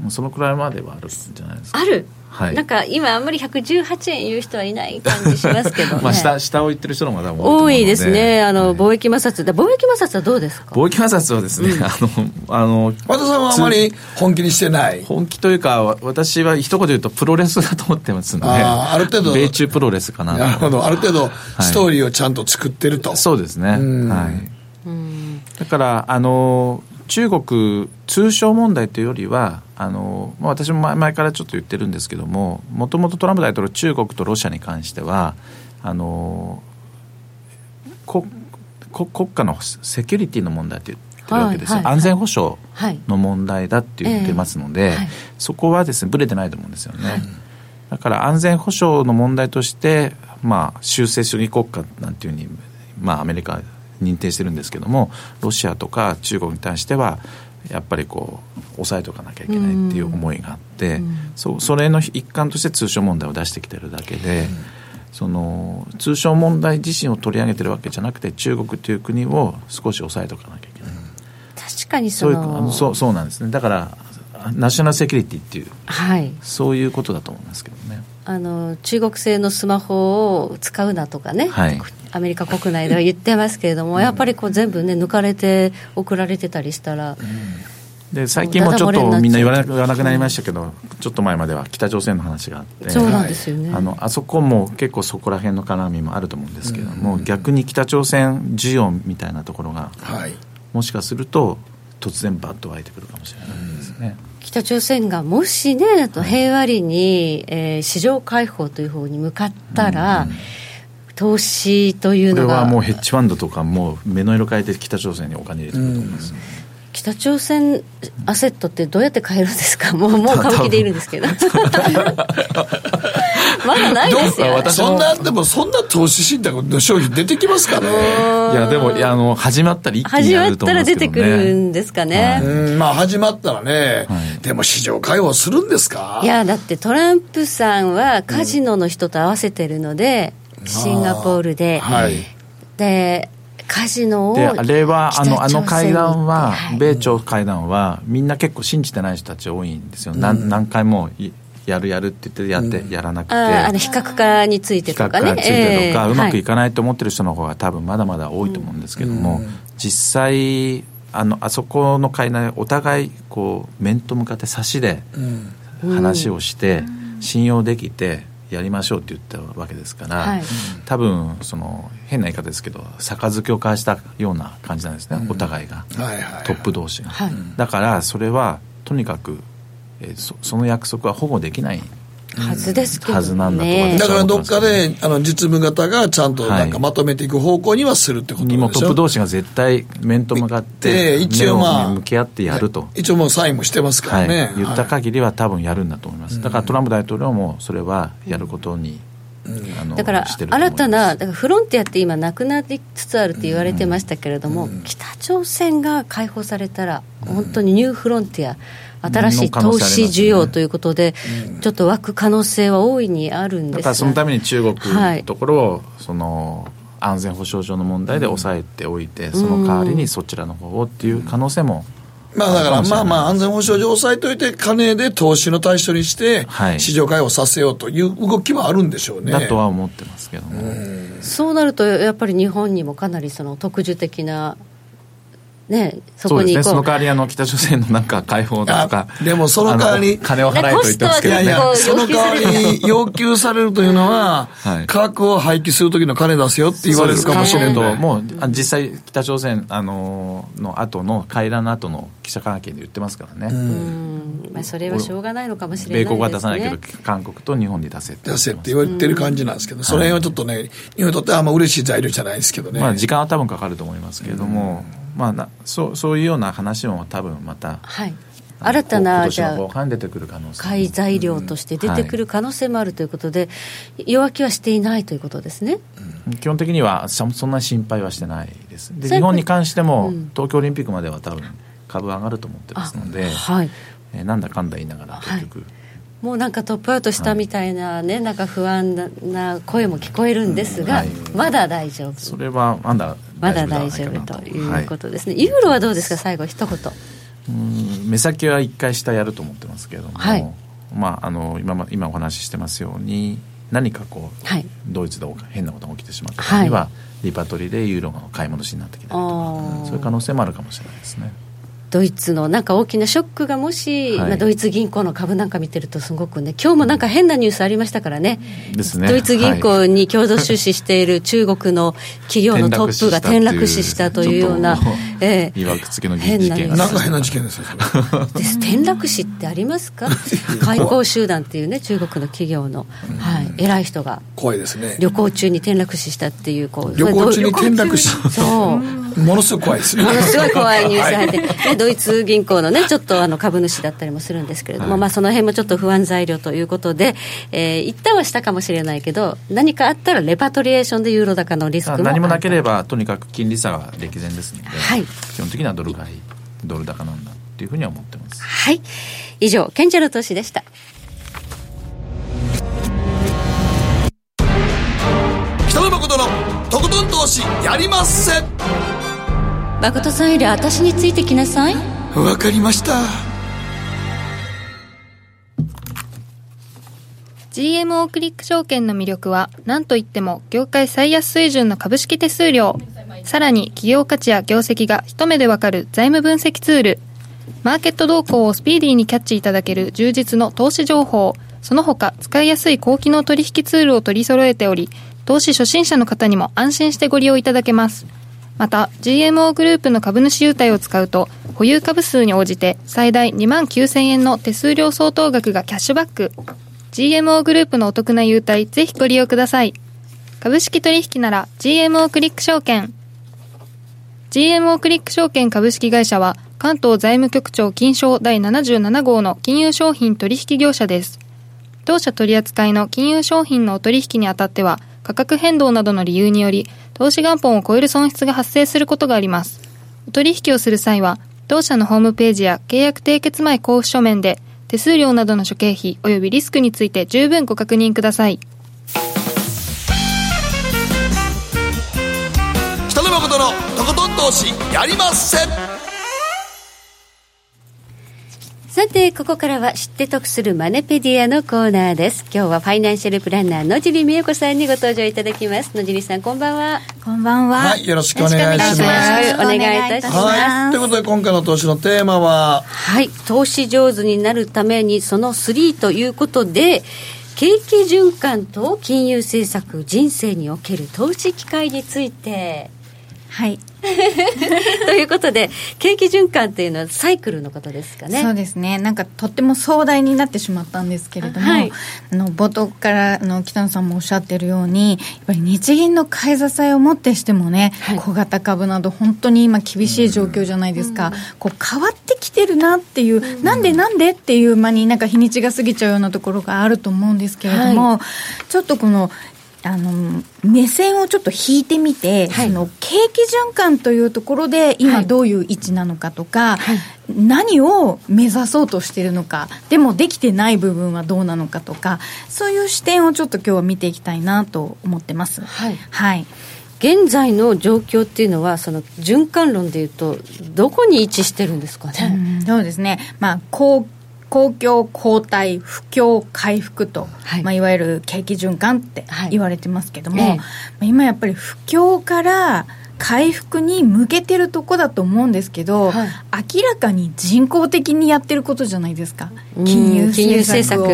もうそのくらいまではあるんじゃないですかある、はいなんか今あんまり118円言う人はいない感じしますけどねまあ下下を言ってる人の方が多いと思うの多いですねあの、はい貿易摩擦だ貿易摩擦はどうですか貿易摩擦はですね、あの あの和田さんはあまり本気にしてない。本気というかわ私は一言で言うとプロレスだと思ってますのであーある程度米中プロレスかなとなるほど。ある程度、ストーリーをちゃんと作ってると。そうですね、うんはい、だからあの中国通商問題というよりはあの、まあ、私も前前からちょっと言ってるんですけどももともとトランプ大統領中国とロシアに関してはあのここ国家のセキュリティの問題って言ってるわけですよ、はいはい安全保障はいの問題だって言ってますので、ええはいそこはですねぶれてないと思うんですよね、だから安全保障の問題として、まあ、修正主義国家なんていうふうに、まあ、アメリカは認定してるんですけどもロシアとか中国に対してはやっぱりこう抑えておかなきゃいけないっていう思いがあって、そうそれの一環として通商問題を出してきてるだけで。その通商問題自身を取り上げてるわけじゃなくて中国という国を少し抑えておかなきゃいけない、確かにそそういうのあのそうそうなんですねだからナショナルセキュリティっていうはいそういうことだと思いますけどねあの中国製のスマホを使うなとかね、はいアメリカ国内では言ってますけれども、やっぱりこう全部ね抜かれて送られてたりしたら、で最近もちょっダダ漏れとにみんななっちゃう言わな言わなくなりましたけどちょっと前までは北朝鮮の話があってそうなんですよね、あのあそこも結構そこら辺の絡みもあると思うんですけども、逆に北朝鮮需要みたいなところがはい。もしかすると突然バッと湧いてくるかもしれないですね、北朝鮮がもしね、あと平和裏に、えー市場開放という方に向かったら、投資というこれのはがもうヘッジファンドとかもう目の色変えて北朝鮮にお金入れてくると思います、北朝鮮アセットってどうやって買えるんですか、もうもう歌舞伎でいるんですけ ど、まだないですよ、私もそんな、でもそんな投資信託の商品出てきますかね。いやでもいやあの始まったら一気に始やまっると思たらうんです出けてどくるねんですかね。うん、まあ始まったらね、はいでも市場開放するんですかいやだってトランプさんはカジノの人と合わせてるので、シンガポールで、はい。でカジノをであれはあのあの北朝鮮会に行って談は、はい米朝会談はみんな結構信じてない人たち多いんですよ、なん何回もいやるやるって言ってやって、やらなくてあーあの非核化について比と較かがねついてとか、ええうまくいはかないと思ってる人の方が多分まだまだ多いと思うんですけども、実際あのあそこの会談お互いこう面と向かって差しで話をして、信用できてやりましょうって言ったわけですから、はい多分その変な言い方ですけど杯を交わしたような感じなんですね、お互いが、はいはいはいトップ同士が、はいだからそれはとにかく、えーそその約束は保護できないいはずですけどねはずなんだと思いますだからどっかで、あの、実務型がちゃんとなんかはいまとめていく方向にはするってことでにしょもトップ同士が絶対面と向かってで一応まあ目を向き合ってやると、一応もうサインもしてますかはらいね。言ったはい限りは多分やるんだと思います、だからトランプ大統領もそれはやることに、あのだからしてると思い新ますたなだからフロンティアって今なくなりつつあるって言われてましたけれども、北朝鮮が解放されたら本当にニューフロンティア新しい投資需要ということで、ちょっと湧く可能性は大いにあるんですだがからそのために中国はいのところを、その安全保障上の問題で抑えておいて、その代わりにそちらの方をっていう可能性も、まあだから、かもしれまなあいまあ安全保障上抑えといて、金で投資の対象にしては、い市場開放させようという動きはあるんでしょうね。だとは思ってますけども、そうなるとやっぱり日本にもかなりその特殊的な、ね、そこそうですにねこ。そうの代わりあの北朝鮮のなんか解放とかあでもその代わりあの金を払えと言ってますけどいねやいやこうその代わりに要求されるというのは、はい価格を廃棄する時の金出すよって言われるかもしれんと。ともうあ実際北朝鮮あのの後の会談の後の記者会見で言ってますからね、うんまあ、それはしょうがないのかもしれないで米すね。国は出さないけど韓国と日本に出せって出せって言われてる感じなんですけど、その辺はちょっとね、日本にとってはあんま嬉しい材料じゃないですけどね。まあ、時間は多分かかると思いますけれども、まあ、なそうそういうような話も多分またはい。新た今な、年じゃのあ後、半出てくる可能性も買い材料として出てくる可能性もあるということで、弱気はしていないということですね。基本的にはそそんな心配はしてないですでそういうこと日本に関しても、うん東京オリンピックまでは多分株上がると思ってますので、はい。えーなんだかんだ言いながら結局、もうなんかトップアウトしたみたいなね、なんか不安な声も聞こえるんですが、はいまだ大丈そ夫。れはまだまだではな大丈かな夫ということはですね。ユーロはどうですか、最後、一言。うん目先は一回下やると思ってますけれども、はいまあ、あの今ま今お話ししてますように何かこう、はいドイツで変なことが起きてしまった時には、はリパトリでユーロが買い戻しになってきたりとあかーそういう可能性もあるかもしれないですね。ドイツのなんか大きなショックがもし、はいまあドイツ銀行の株なんか見てると、すごくね、今日もなんか変なニュースありましたからね、ですねドイツ銀行に共同出資している中国の企業のトップが転落死したというようなちょっと、ええいわくつきの事件が変なニュースなんか変な事件ですよ、それです転落死ってあります か、開港集団っていうね、中国の企業の、はい、偉い人が怖いですね。旅行中に転落死したっていう、こう旅行中に転落死。そう。ものすごく怖いですね。ものすごい怖いニュース 入って、ね、ドイツ銀行のね、ちょっとあの株主だったりもするんですけれども、まあその辺もちょっと不安材料ということで、えー、一旦はしたかもしれないけど、何かあったらレパトリエーションでユーロ高のリスクまあもある何もなければとにかく金利差が歴然ですので、はい基本的にはドル買いドル高なんだっていうふうには思ってます。はい。以上、賢者の投資でした。北野誠のとことん投資やりまっせ誠さんより私についてきなさい。わかりました。 GMO クリック証券の魅力は何といっても業界最安水準の株式手数料さらに企業価値や業績が一目でわかる財務分析ツールマーケット動向をスピーディーにキャッチいただける充実の投資情報その他使いやすい高機能取引ツールを取り揃えており投資初心者の方にも安心してご利用いただけますまた GMO グループの株主優待を使うと保有株数に応じて最大2万9000円の手数料相当額がキャッシュバック GMO グループのお得な優待ぜひご利用ください株式取引なら GMO クリック証券 GMO クリック証券株式会社は関東財務局長金賞第77号の金融商品取引業者です当社取扱いの金融商品のお取引にあたっては価格変動などの理由により投資元本を超える損失が発生することがありますお取引をする際は当社のホームページや契約締結前交付書面で手数料などの諸経費及びリスクについて十分ご確認ください北野誠のとことん投資やりまっせさて、ここからは知って得するマネペディアのコーナーです。今日はファイナンシャルプランナー野尻美代子さんにご登場いただきます。野尻さん、こんばんは。こんばんは。はい、よろしくお願いしよろしくおま願いす。しますお願いいたしますはい、ということで今回の投資のテーマは、はい、投資上手になるためにその3ということで景気循環と金融政策人生における投資機会につい てはい。ということで景気循環っていうのはサイクルのことですかねそうですね。なんかとっても壮大になってしまったんですけれども、はいあの冒頭からあの北野さんもおっしゃってるように、やっぱり日銀の買い支えをもってしてもね、はい小型株など本当に今厳しい状況じゃないですか。こう変わってきてるなっていう、なんでなんでっていう間になんか日にちが過ぎちゃうようなところがあると思うんですけれども、ちょっとこの。あの目線をちょっと引いてみて、はいその景気循環というところで今はいどういう位置なのかとか、何を目指そうとしているのかでもできてない部分はどうなのかとかそういう視点をちょっと今日は見ていきたいなと思ってます。はいはい、現在の状況っていうのはその循環論でいうとどこに位置してるんですかね、そうですね、まあ、公公共後退不況回復と、はいいまあ、いわゆる景気循環ってはい言われてますけども、ええまあ今やっぱり不況から回復に向けてるとこだと思うんですけど、はい明らかに人工的にやってることじゃないですかうん金融政策を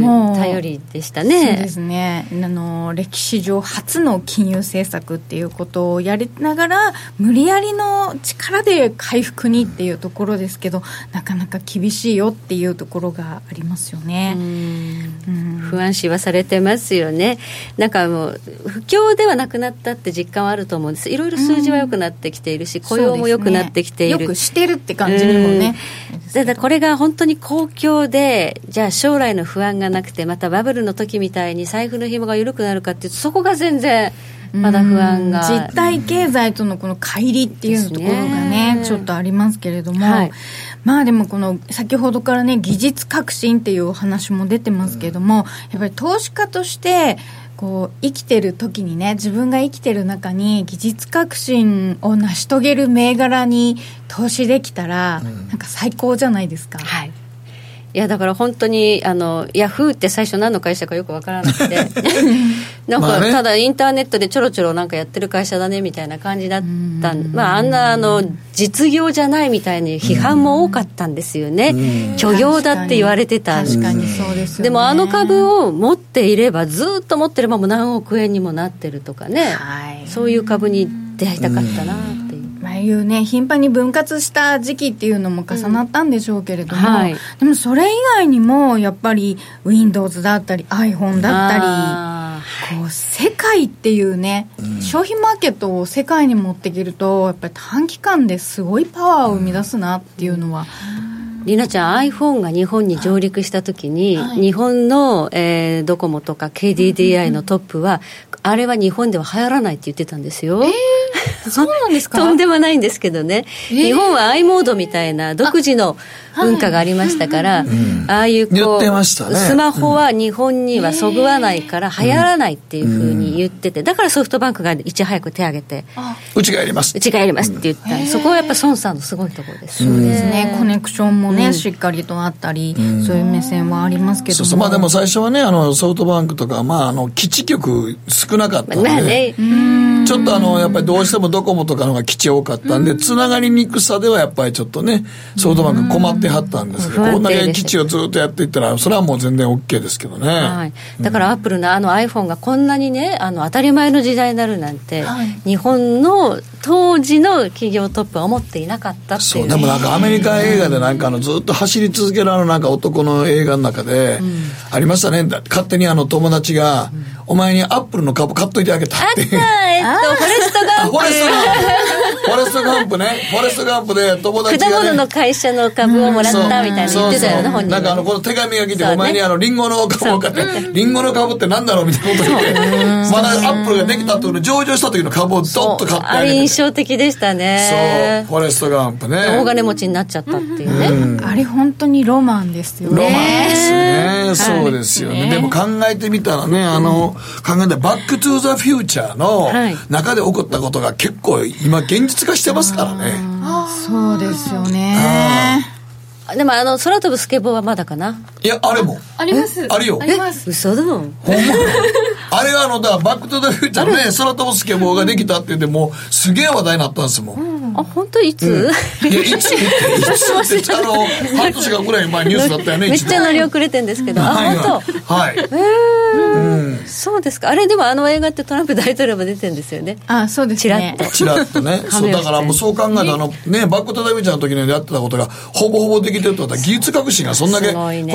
もう頼りでしたそうねで。すねあの歴史上初の金融政策っていうことをやりながら無理やりの力で回復にっていうところですけどなかなか厳しいよっていうところがありますよね。うん不安視はされてますよね、なんかもう、不況ではなくなったって実感はあると思うんです、いろいろ数字は良くなってきているし、雇用も良くなってきていそるうですねよくしてるって感じるもんね。うんただこれが本当に公共でじゃあ将来の不安がなくてまたバブルの時みたいに財布の紐が緩くなるかっていうとそこが全然まだ不安が、実体経済とのこの乖離っていうところがでねすねちょっとありますけれども、はいまあでもこの先ほどからね技術革新っていうお話も出てますけども、やっぱり投資家としてこう生きてる時にね自分が生きてる中に技術革新を成し遂げる銘柄に投資できたら、なんか最高じゃないですか。はい、いやだから本当にあのヤフーって最初何の会社かよくわからなく てなんまあかねただインターネットでちょろちょろなんかやってる会社だねみたいな感じだったんまああんなあの実業じゃないみたいに批判も多かったんですよね虚業だって言われてたん確かにそうですよね。でもあの株を持っていればずっと持ってればもう何億円にもなってるとかね、はいそういう株に出会いたかったなっていう。まあいうね頻繁に分割した時期っていうのも重なったんでしょうけれども、うんはいでもそれ以外にもやっぱり Windows だったり iPhone だったりあーこう世界っていうね、消費マーケットを世界に持っていけるとやっぱり短期間ですごいパワーを生み出すなっていうのは、りなちゃん iPhone が日本に上陸した時に、日本の、えードコモとか KDDI のトップは、あれは日本では流行らないって言ってたんですよ、そうなんですか とんでもないんですけどね、日本は i モードみたいな独自の文化がありましたから、ああいう言こっうてましたねスマホは日本にはそぐわないから流行らないっていうふうに言っててだからソフトバンクがいち早く手挙げてうちがやりますう。ちがやりますって言った、そこはやっぱ孫さんのすごいところですよですね。ねコネクションもね、しっかりとあったり、そういう目線はありますけどもそうそうまあでも最初はねあのソフトバンクとか、まあ、あの基地局少なかったんで、まあね、ちょっとあのやっぱりどうしてもドコモとかの方が基地多かったんでつながりにくさではやっぱりちょっとねソフトバンク困ってはったんですけどうんこんだけ基地をずっとやっていったらそれはもう全然 OK ですけどね、はい、だからアップルのあの iPhone がこんなにねあの当たり前の時代になるなんて、日本の当時の企業トップは思っていなかったっていそううでもなんかアメリカ映画でなんかあのずっと走り続けるあのなんか男の映画の中でありましたねだ勝手にあの友達が「お前にアップルの株買っといてあげた」っていう。はいえっとフォレストあガンフォレストガンプ。フォレストガンプね。フォレストガンプで友達が、ね。果物の会社の株をもらっそうたみたいな言ってたよね、そうそう本人なんかあの、この手紙が来そて、うねお前にあの、リンゴの株を買って、リンゴの株ってなんだろうみたいなこと言って、まだアップルができたところで上場した時の株をドッと買ってああれげて。印そう、象的でしたねフォレストガンプね。大金持ちになっちゃったっていうね、あれ本当にロマンですよねロマンですね、そうですよね、はいでも考えてみたらねあの、考えたらバック・トゥ・ザ・フューチャーのはい中で起こったことが結構今現実化してますからね、そうですよねでもあの空飛ぶスケボーはまだかないやあれもありますあるよあります嘘だもんほんまあれはあのだからバック・トゥ・ザ・フューチャーのね空飛ぶスケボーができたって言ってもうすげえ話題になったんですもん、あ本当いつ、いやいつっていつっ てあの半年間ぐらい前ニュースだったよねめっ一度ちゃ乗り遅れてんですけど、はいあ本当はい、はいそうですかあれでもあの映画ってトランプ大統領も出てるんですよねあそうですちらっねとちらっと ねそうだからもうそう考えたらあのねバック畳みちゃんの時にやってたことがほぼほぼできてるってことは技術革新がそんだけすこのごいね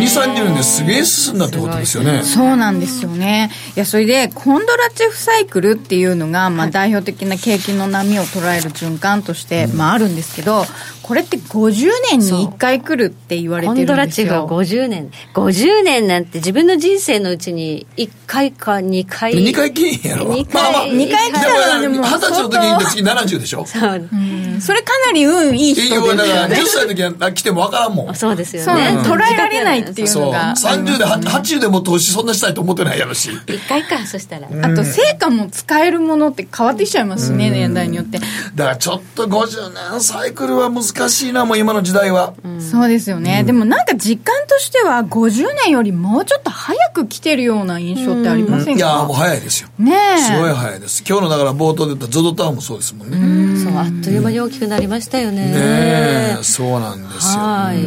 230年ですげえ進んだってことですよねそうなんですよね。いや、それで、コンドラチェフサイクルっていうのが、まあ、代表的な景気の波を捉える循環として、まあ、あるんですけど、これって50年に1回来るって言われコてるンんですよ。ドラチが50年50年なんて自分の人生のうちに1回か2回2回来んやろ二回まあまあ二回来たらでもも二十歳の時に次70でしょそうそれかなり運いいいい人よ、でだすかよら10ね。歳の時は来てもわからんもん。そうですよそうねなんです捉えられないっていうそう。のが。 30で、80でも投資そんなしたいと思ってないやろし。一回かそしたら、あと成果も使えるものって変わってきちゃいますしね、年代によって。だからちょっと50年サイクルは難しいな、もう今の時代は。そうですよね、でもなんか実感としては50年よりもうちょっと早く来てるような印象ってありませんいやーか、もう早いですよ。ねえすごい早いです。今日のだから冒頭で言ったゾドタウンもそうですもんね。そうあっという間に大きくなりましたよねねえ、そうなんですよ。はい、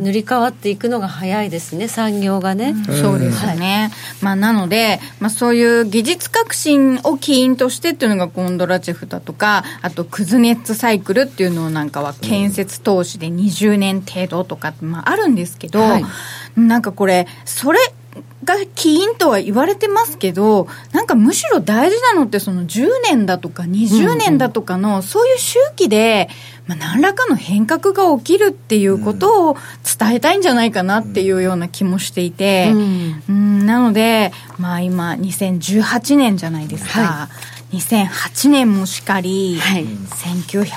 塗り替わっていくのが早いですね産業がね、そうですよね、まあ、なので、まあ、そういう技術革新を起因としてっていうのがコンドラチェフだとかあとクズネッツサイクルっていうのなんかは建設投資で20年程度とか、まあ、あるんですけど、はいなんかこれそれが起因とは言われてますけどなんかむしろ大事なのってその10年だとか20年だとかのそういう周期で、まあ、何らかの変革が起きるっていうことを伝えたいんじゃないかなっていうような気もしていて、うんうんなので、まあ、今2018年じゃないですか、は2008年もしかり、はい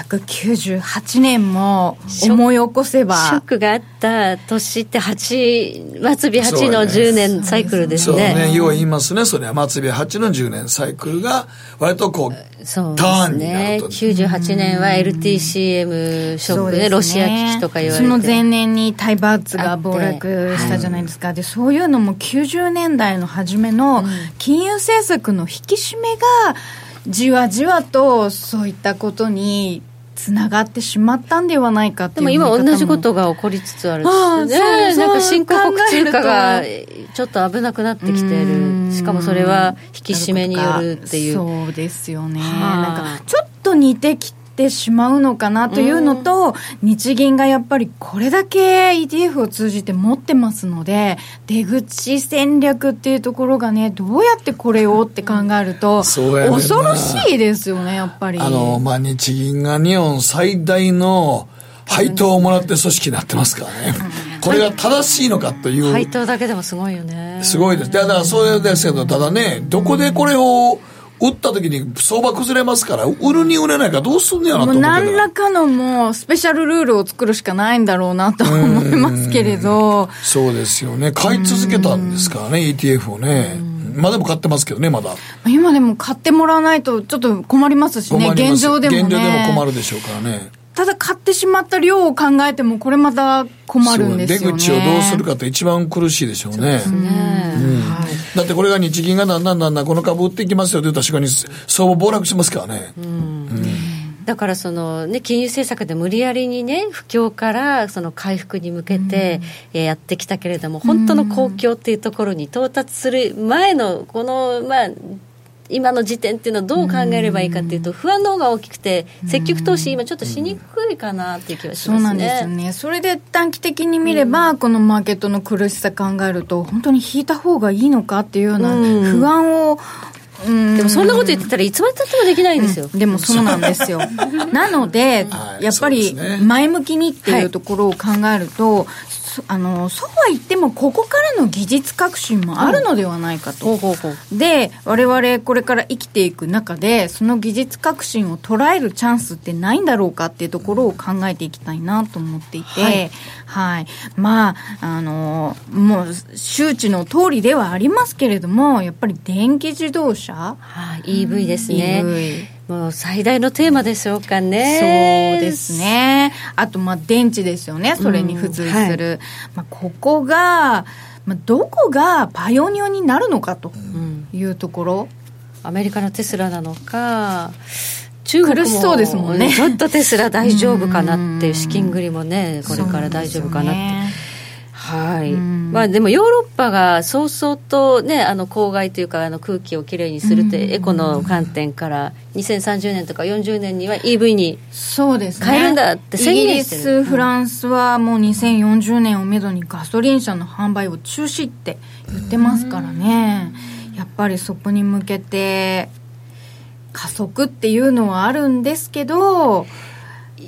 1998年も思い起こせば。ショックがあった年って8末尾8のそ10うね年サイクルですそうね、ねよう言いますね、それは。末尾8の10年サイクルが、割とこう、そうでターすンになねると。 98年は LTCM ショッそうクですねロシア危機とか言われてその前年にタイバーツが暴落したじゃないですか、でそういうのも90年代の初めの金融政策の引き締めがじわじわとそういったことにつながってしまったんではないかってでいうも見方今同じことが起こりつつあるしああそうねそうなんか新興国通貨が考ちょっと危なくなってきてうんるしかもそれは引き締めによるっていうそうですよね、はいなんかちょっと似てきてしまうのかなというのと、日銀がやっぱりこれだけ ETF を通じて持ってますので出口戦略っていうところがねどうやってこれをって考えるとそうやねんな恐ろしいですよねやっぱりあの、まあ、日銀が日本最大の配当をもらって組織になってますからね。これが正しいのかという。配当だけでもすごいよねすごいです。だから、それですけど、ただね、どこでこれを打った時に相場崩れますから、売るに売れないからどうすんねやろもなとう思って何るらかのもうスペシャルルールを作るしかないんだろうなとは思いますけれどそうですよね。買い続けたんですからね、ETF をね。まあでも買ってますけどね、まだ。今でも買ってもらわないとちょっと困りますしね困り現ます状でもね現状でも困るでしょうからね。ただ買ってしまった量を考えてもこれまた困るんですよねそう出口をどうするかって一番苦しいでしょうね。だってこれが日銀がだんだんだんだんこの株売っていきますよって言った瞬間に相場暴落しますからね。だからその、ね、金融政策で無理やりにね、不況からその回復に向けてえーやってきたけれども、本当の公共っていうところに到達する前の、この、まあ、今の時点っていうのはどう考えればいいかっていうと、不安の方が大きくて、積極投資、今ちょっとしにくいかなっていう気はしそうまなすんですよね。ねそれで短期的に見れば、このマーケットの苦しさ考えると本当に引いた方がいいのかっていうようなうん不安を、うんでもそんなこと言ってたらいつまでたってもできないんですよ。でもそうなんですよなので、はいやっぱそりうですね前向きにっていうところを考えると、そあのそうは言ってもここからの技術革新もあるのではないかと、ほうほうほう。で我々これから生きていく中でその技術革新を捉えるチャンスってないんだろうかっていうところを考えていきたいなと思っていて、はいまああのもう周知の通りではありますけれどもやっぱり電気自動車はい、EV ですね。 EV もう最大のテーマでしょうかそうね。です。ね。あと、まあ、電池ですよね。それに付随する。まあ、ここが、まあ、どこがパイオニアになるのかというところ。アメリカのテスラなのか中国も苦しそうですもんねちょっとテスラ大丈夫かなっていう資金繰りもねこれから大丈夫かなって、て。はいまあでもヨーロッパが早々とねあの郊外というかあの空気をきれいにするってエコの観点から2030年とか40年には EV にそうですね。変えるんだって宣言してるイギリス、フランスはもう2040年をめどにガソリン車の販売を中止って言ってますからね。やっぱりそこに向けて、加速っていうのはあるんですけど、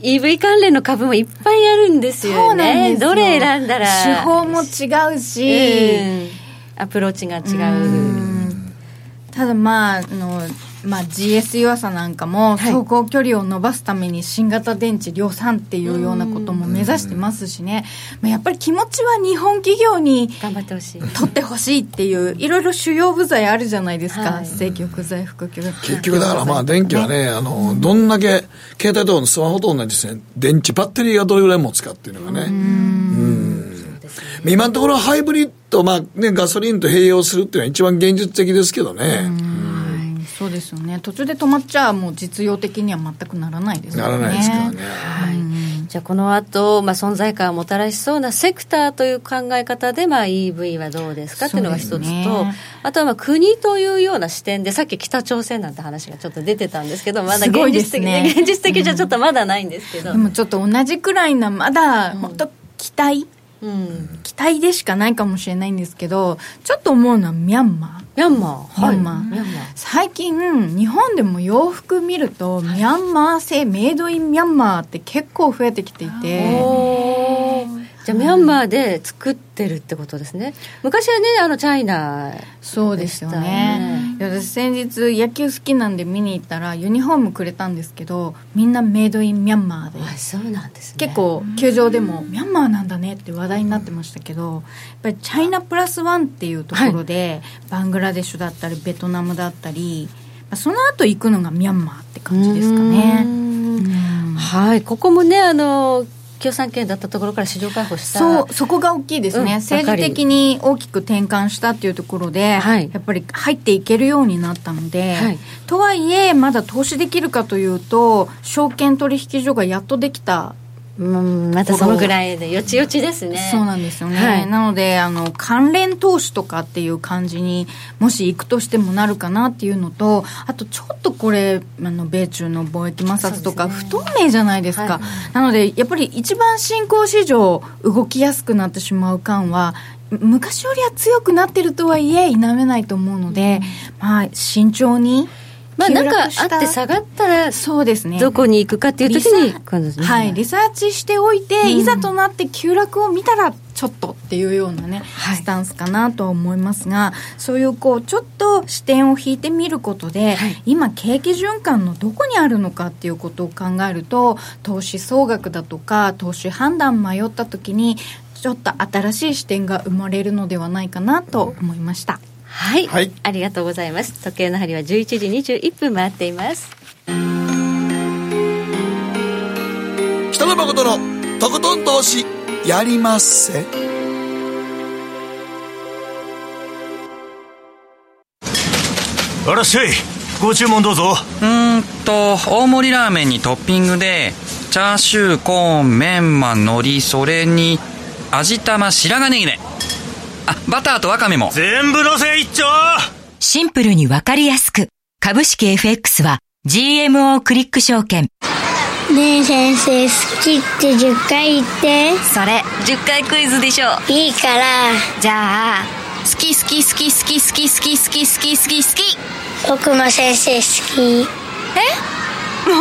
EV 関連の株もいっぱいあるんですよねそうなんですよどれ選んだら手法も違うし、うんアプローチが違ううんただまああのまあ、GS 弱さなんかも走行距離を伸ばすために新型電池量産っていうようなことも目指してますしね、まあ、やっぱり気持ちは日本企業に頑張ってほしい取ってほしいっていういろいろ主要部材あるじゃないですか、はい正規副材副業 結局だからまあ電気はね、あの、どんだけ携帯とかスマホと同じですね、電池バッテリーがどれぐらい持つかっていうのがね。うん今のところハイブリッド、まあね、ガソリンと併用するっていうのは一番現実的ですけどね。うんそうですよね途中で止まっちゃもう実用的には全くならないですよなねらないですからね。じゃあこの後、まあ存在感をもたらしそうなセクターという考え方で、まあ、EV はどうですかっていうのが一そつと、うですねあとはまあ国というような視点でさっき北朝鮮なんて話がちょっと出てたんですけどまだすご現いで実す的、ね現実的じゃちょっとまだないんですけど、でもちょっと同じくらいなまだ本当期待、うん、期待でしかないかもしれないんですけどちょっと思うのはミャンマミャンマー、ー、ミャンマーミャンマー最近日本でも洋服見ると、ミャンマー製メイドインミャンマーって結構増えてきていておーじゃあミャンマーで作ってるってことですね昔はねあのチャイナそうですよねでいや私先日野球好きなんで見に行ったらユニフォームくれたんですけどみんなメイドインミャンマーであそうなんですね結構球場でもミャンマーなんだねって話題になってましたけどやっぱりチャイナプラスワンっていうところで、バングラデシュだったりベトナムだったりまあその後行くのがミャンマーって感じですかうーね。んはいここもねあの共産圏だったところから市場開放したそうそこが大きいですね、うん政治的に大きく転換したっていうところで、はいやっぱり入っていけるようになったので、はいとはいえまだ投資できるかというと証券取引所がやっとできたうんまたそのぐらいでよちよちですねそうなんですよね、はいなのであの関連投資とかっていう感じにもし行くとしてもなるかなっていうのとあとちょっとこれあの米中の貿易摩擦とかそうです不ね透明じゃないですかはなのでやっぱり一番新興市場動きやすくなってしまう感は昔よりは強くなってるとはいえ否めないと思うので、まあ慎重にまあなん急か落したあって下がったらそうですねどこに行くかっていう時にリサ今度ねはい、リサーチしておいて、いざとなって急落を見たらちょっとっていうようなね、はいスタンスかなとは思いますがそういうこうちょっと視点を引いてみることで、はい今景気循環のどこにあるのかっていうことを考えると投資総額だとか投資判断迷った時にちょっと新しい視点が生まれるのではないかなと思いました。はい、はいありがとうございます時計の針は11時21分回っています北野誠のとことん投資やりまっせ。あらっしゃいご注文どうぞうーんと大盛りラーメンにトッピングでチャーシューコーンメンマ海苔それに味玉白髪ネギであバターとわかめも全部のせ一丁シンプルにわかりやすく、株式 FX は GMO クリック証券。ねえ先生好きって10回言ってそれ、10回クイズでしょう。いいからじゃあ、好き好き好き好き好き好き好き好き好き好き。僕も先生好き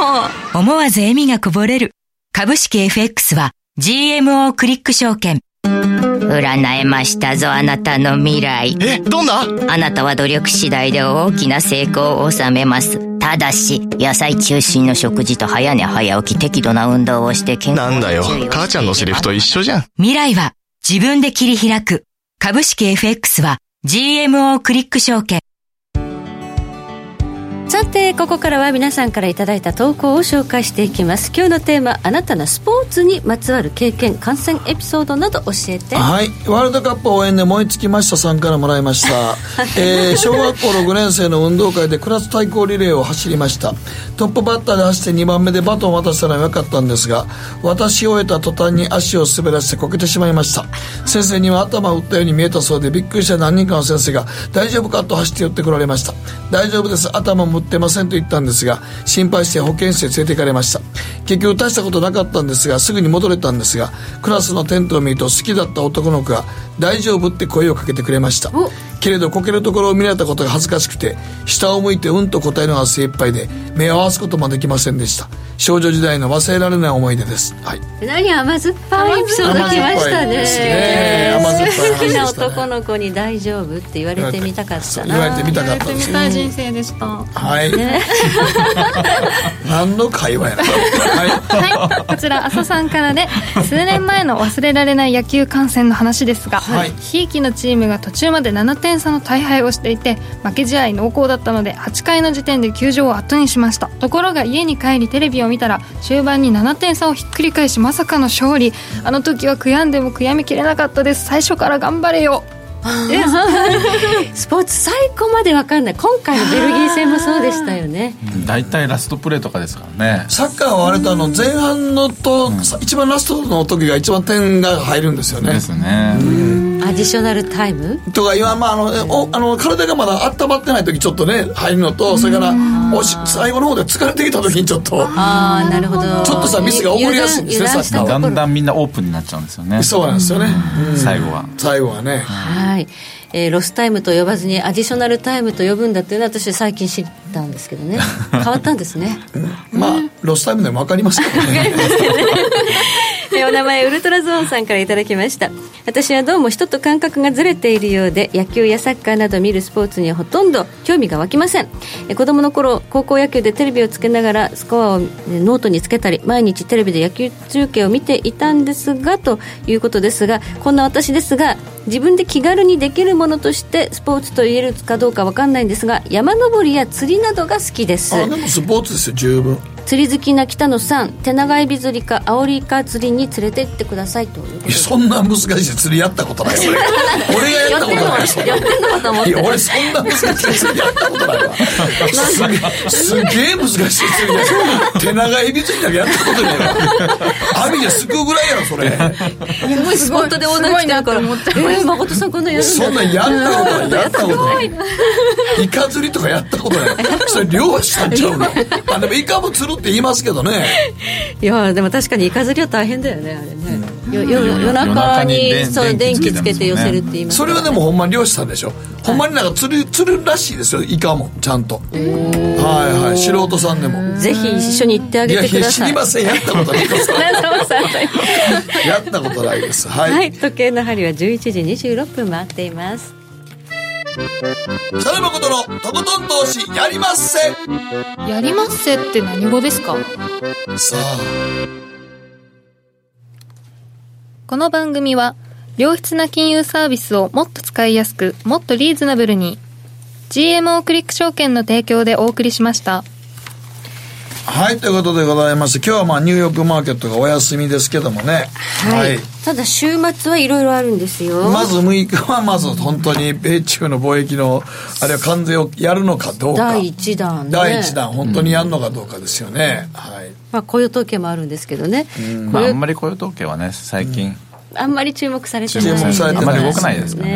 思わず笑みがこぼれる。株式 FX は GMO クリック証券。占えましたぞ、あなたの未来。えどんなあなたは努力次第で大きな成功を収めます。ただし、野菜中心の食事と早寝早起き適度な運動をして健康なにんだよ注意をしていけば母ちゃんのセリフと一緒じゃん未来は自分で切り開く。株式 FX は GMO クリック証券。さてここからは皆さんからいただいた投稿を紹介していきます今日のテーマあなたのスポーツにまつわる経験観戦エピソードなど教えてはい。ワールドカップ応援で燃え尽きましたさんからもらいました。えー小学校6年生の運動会でクラス対抗リレーを走りました。トップバッターで走って2番目でバトンを渡したらよかったんですが、私を終えた途端に足を滑らせてこけてしまいました。先生には頭を打ったように見えたそうでびっくりした何人かの先生が、大丈夫かと走って寄ってこられました。大丈夫です。頭も打ってませんと言ったんですが、心配して保健室へ連れて行かれました。結局大したことなかったんですが、すぐに戻れたんですが、クラスのテントを見ると好きだった男の子が「大丈夫?」って声をかけてくれましたけれどこけるところを見られたことが恥ずかしくて下を向いてうんと答えるのが精一杯で目を合わすこともできませんでした少女時代の忘れられない思い出です。はい。何甘酸っぱいエピソード来ましたね甘酸っぱいですね甘酸っぱい話で好きしたねな男の子に大丈夫って言われてみたかった言われなてみたかったでみす。たい人生でした、はい。 何の会話やな。はい。はい、こちら阿蘇さんからで数年前の忘れられない野球観戦の話ですがはいひいきのチームが途中まで7点差の大敗をしていて負け試合濃厚だったので8回の時点で球場を後にしましたところが家に帰りテレビを見たら終盤に7点差をひっくり返しまさかの勝利あの時は悔やんでも悔やみきれなかったです最初から頑張れよスポーツ最高まで分かんない今回のベルギー戦もそうでしたよね大体ラストプレーとかですからねサッカーは割とあの前半のと一番ラストの時が一番点が入るんですよねで。すねアディショナルタイムとか今、まあ、あのえおあの体がまだ温まってない時ちょっとね入るのとそれからおし最後の方で疲れてきた時にちょっとああなるほどちょっとさミスが起こりやすいんですね油断サだんッカーは油断だしたとこんみんなオープンになっちゃうんですよねそうなんですよね、うん最後は最後はねろはい、えーロスタイムと呼ばずにアディショナルタイムと呼ぶんだっていうのは私最近知ったんですけど ね変わったんですねまあロスタイムでも分かりますけどね えお名前ウルトラゾーンさんからいただきました私はどうも人と感覚がずれているようで野球やサッカーなど見るスポーツにはほとんど興味が湧きませんえ子供の頃高校野球でテレビをつけながらスコアをえノートにつけたり毎日テレビで野球中継を見ていたんですがということですがこんな私ですが自分で気軽にできるものとしてスポーツと言えるかどうかわかんないんですが山登りや釣りなどが好きですあでもスポーツですよ十分釣り好きな北野さん手長エビ釣りかアオリイカ釣りに連れてってくださいということいやでそんな難しい釣りやったことない俺俺がやったことないそれやってんのかと思っいてや俺そんな難しい釣りやったことないわすげえすげえ難しい釣りだよ手長エビ釣りだけやったことないわ網ですくうぐらいやろそれすごいスポットでオーダーしてるからえー誠さんこんなやるんそだんなんやったことないやったことないイカ釣りとかやったことないそれ漁師さんちゃうのあでもイカも釣るって言いますけどねいやでも確かにイカ釣りは大変だよねあれねよようん夜夜中中にに電そう電電気気つつけけてて寄ますせよねるって言いますそれはでもほんまに漁師さんでしょほんまになんか釣る釣るらしいですよイカもちゃんとはいはい素人さんでもぜひ一緒に行ってあいげやていくやだ知さいりませんやったことないです長さんというやったことないですはい、はい時計の針は11時26分回っています北野誠のとことん投資やりまっせやりますせって何語ですかさあこの番組は良質な金融サービスをもっと使いやすくもっとリーズナブルに GMO クリック証券の提供でお送りしましたはいということでございまして今日はまあニューヨークマーケットがお休みですけどもねはいただ週末はいろいろあるんですよまず6日はまず本当に米中の貿易のあるいは関税をやるのかどうか第1弾ね第一弾本当にやるのかどうかですよね、はいまあ雇用統計もあるんですけどねま雇ああ用んまり雇用統計はね最近あんまり注目されてない注目されてないあんまり動かないですからね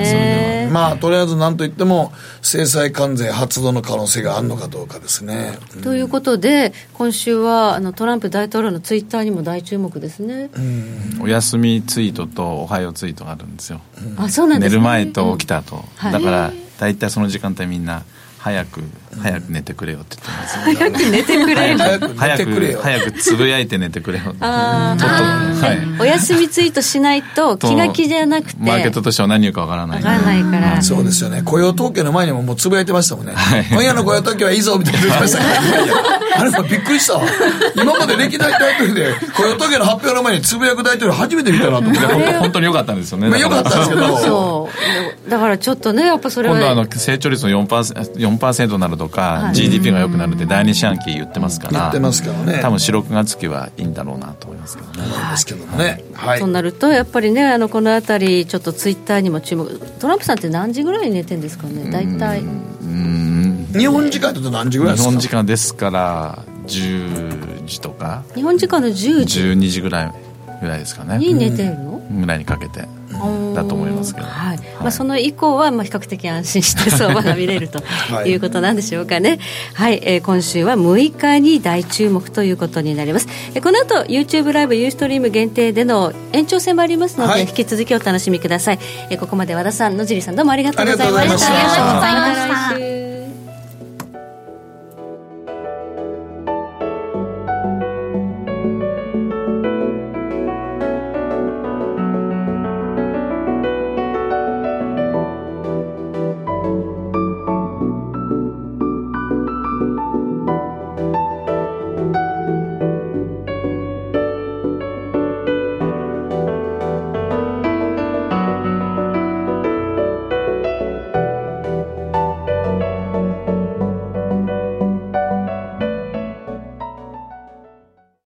ねまあとりあえず何といっても制裁関税発動の可能性があるのかどうかです ね、ということで今週はあのトランプ大統領のツイッターにも大注目ですね、お休みツイートとおはようツイートがあるんですよあそうなんで寝するね前と起きた後はいだから大体その時間帯みんな早く早く寝てくれよって言ってます早く寝てくれる早く寝早てくれくよ早くつぶやいて寝てくれよとっとあーはいお休みツイートしないと気が気じゃなくてマーケットとしては何言うかわからなわいからないからそうですよね雇用統計の前にももうつぶやいてましたもんね、今夜の雇用統計はいいぞみた いな言ってましたからいやいやあれもびっくりしたわ今まで歴代大統領で雇用統計の発表の前につぶやく大統領初めて見たなと思って本当本当に良かったんですよねまあ良かったですけどそうだからちょっとねやっぱそれは今度はあの成長率の 4%, 4%になるとか、GDP が良くなるって第二四半期言ってますから言ってますからね多分4、6月期はいいんだろうなと思いますけどねですけどもねはいとなるとやっぱりねあのこの辺りちょっとツイッターにも注目トランプさんって何時ぐらいに寝てるんですかね大体日本時間だと何時ぐらいで日すか本時間ですから10時とか日本時間の10時12時ぐらいぐらいですかにね寝てるの、ぐらいにかけてだと思いますけど、はいまはあ、いその以降はまあ比較的安心して相場が見れるといいうことなんでしょうかね、はいえー今週は6日に大注目ということになります、えーこの後 YouTube ライブユーストリーム限定での延長戦もありますので、はい引き続きお楽しみください、えーここまで和田さん野尻さんどうもありがとうございましたありがとうございましたありがとうございました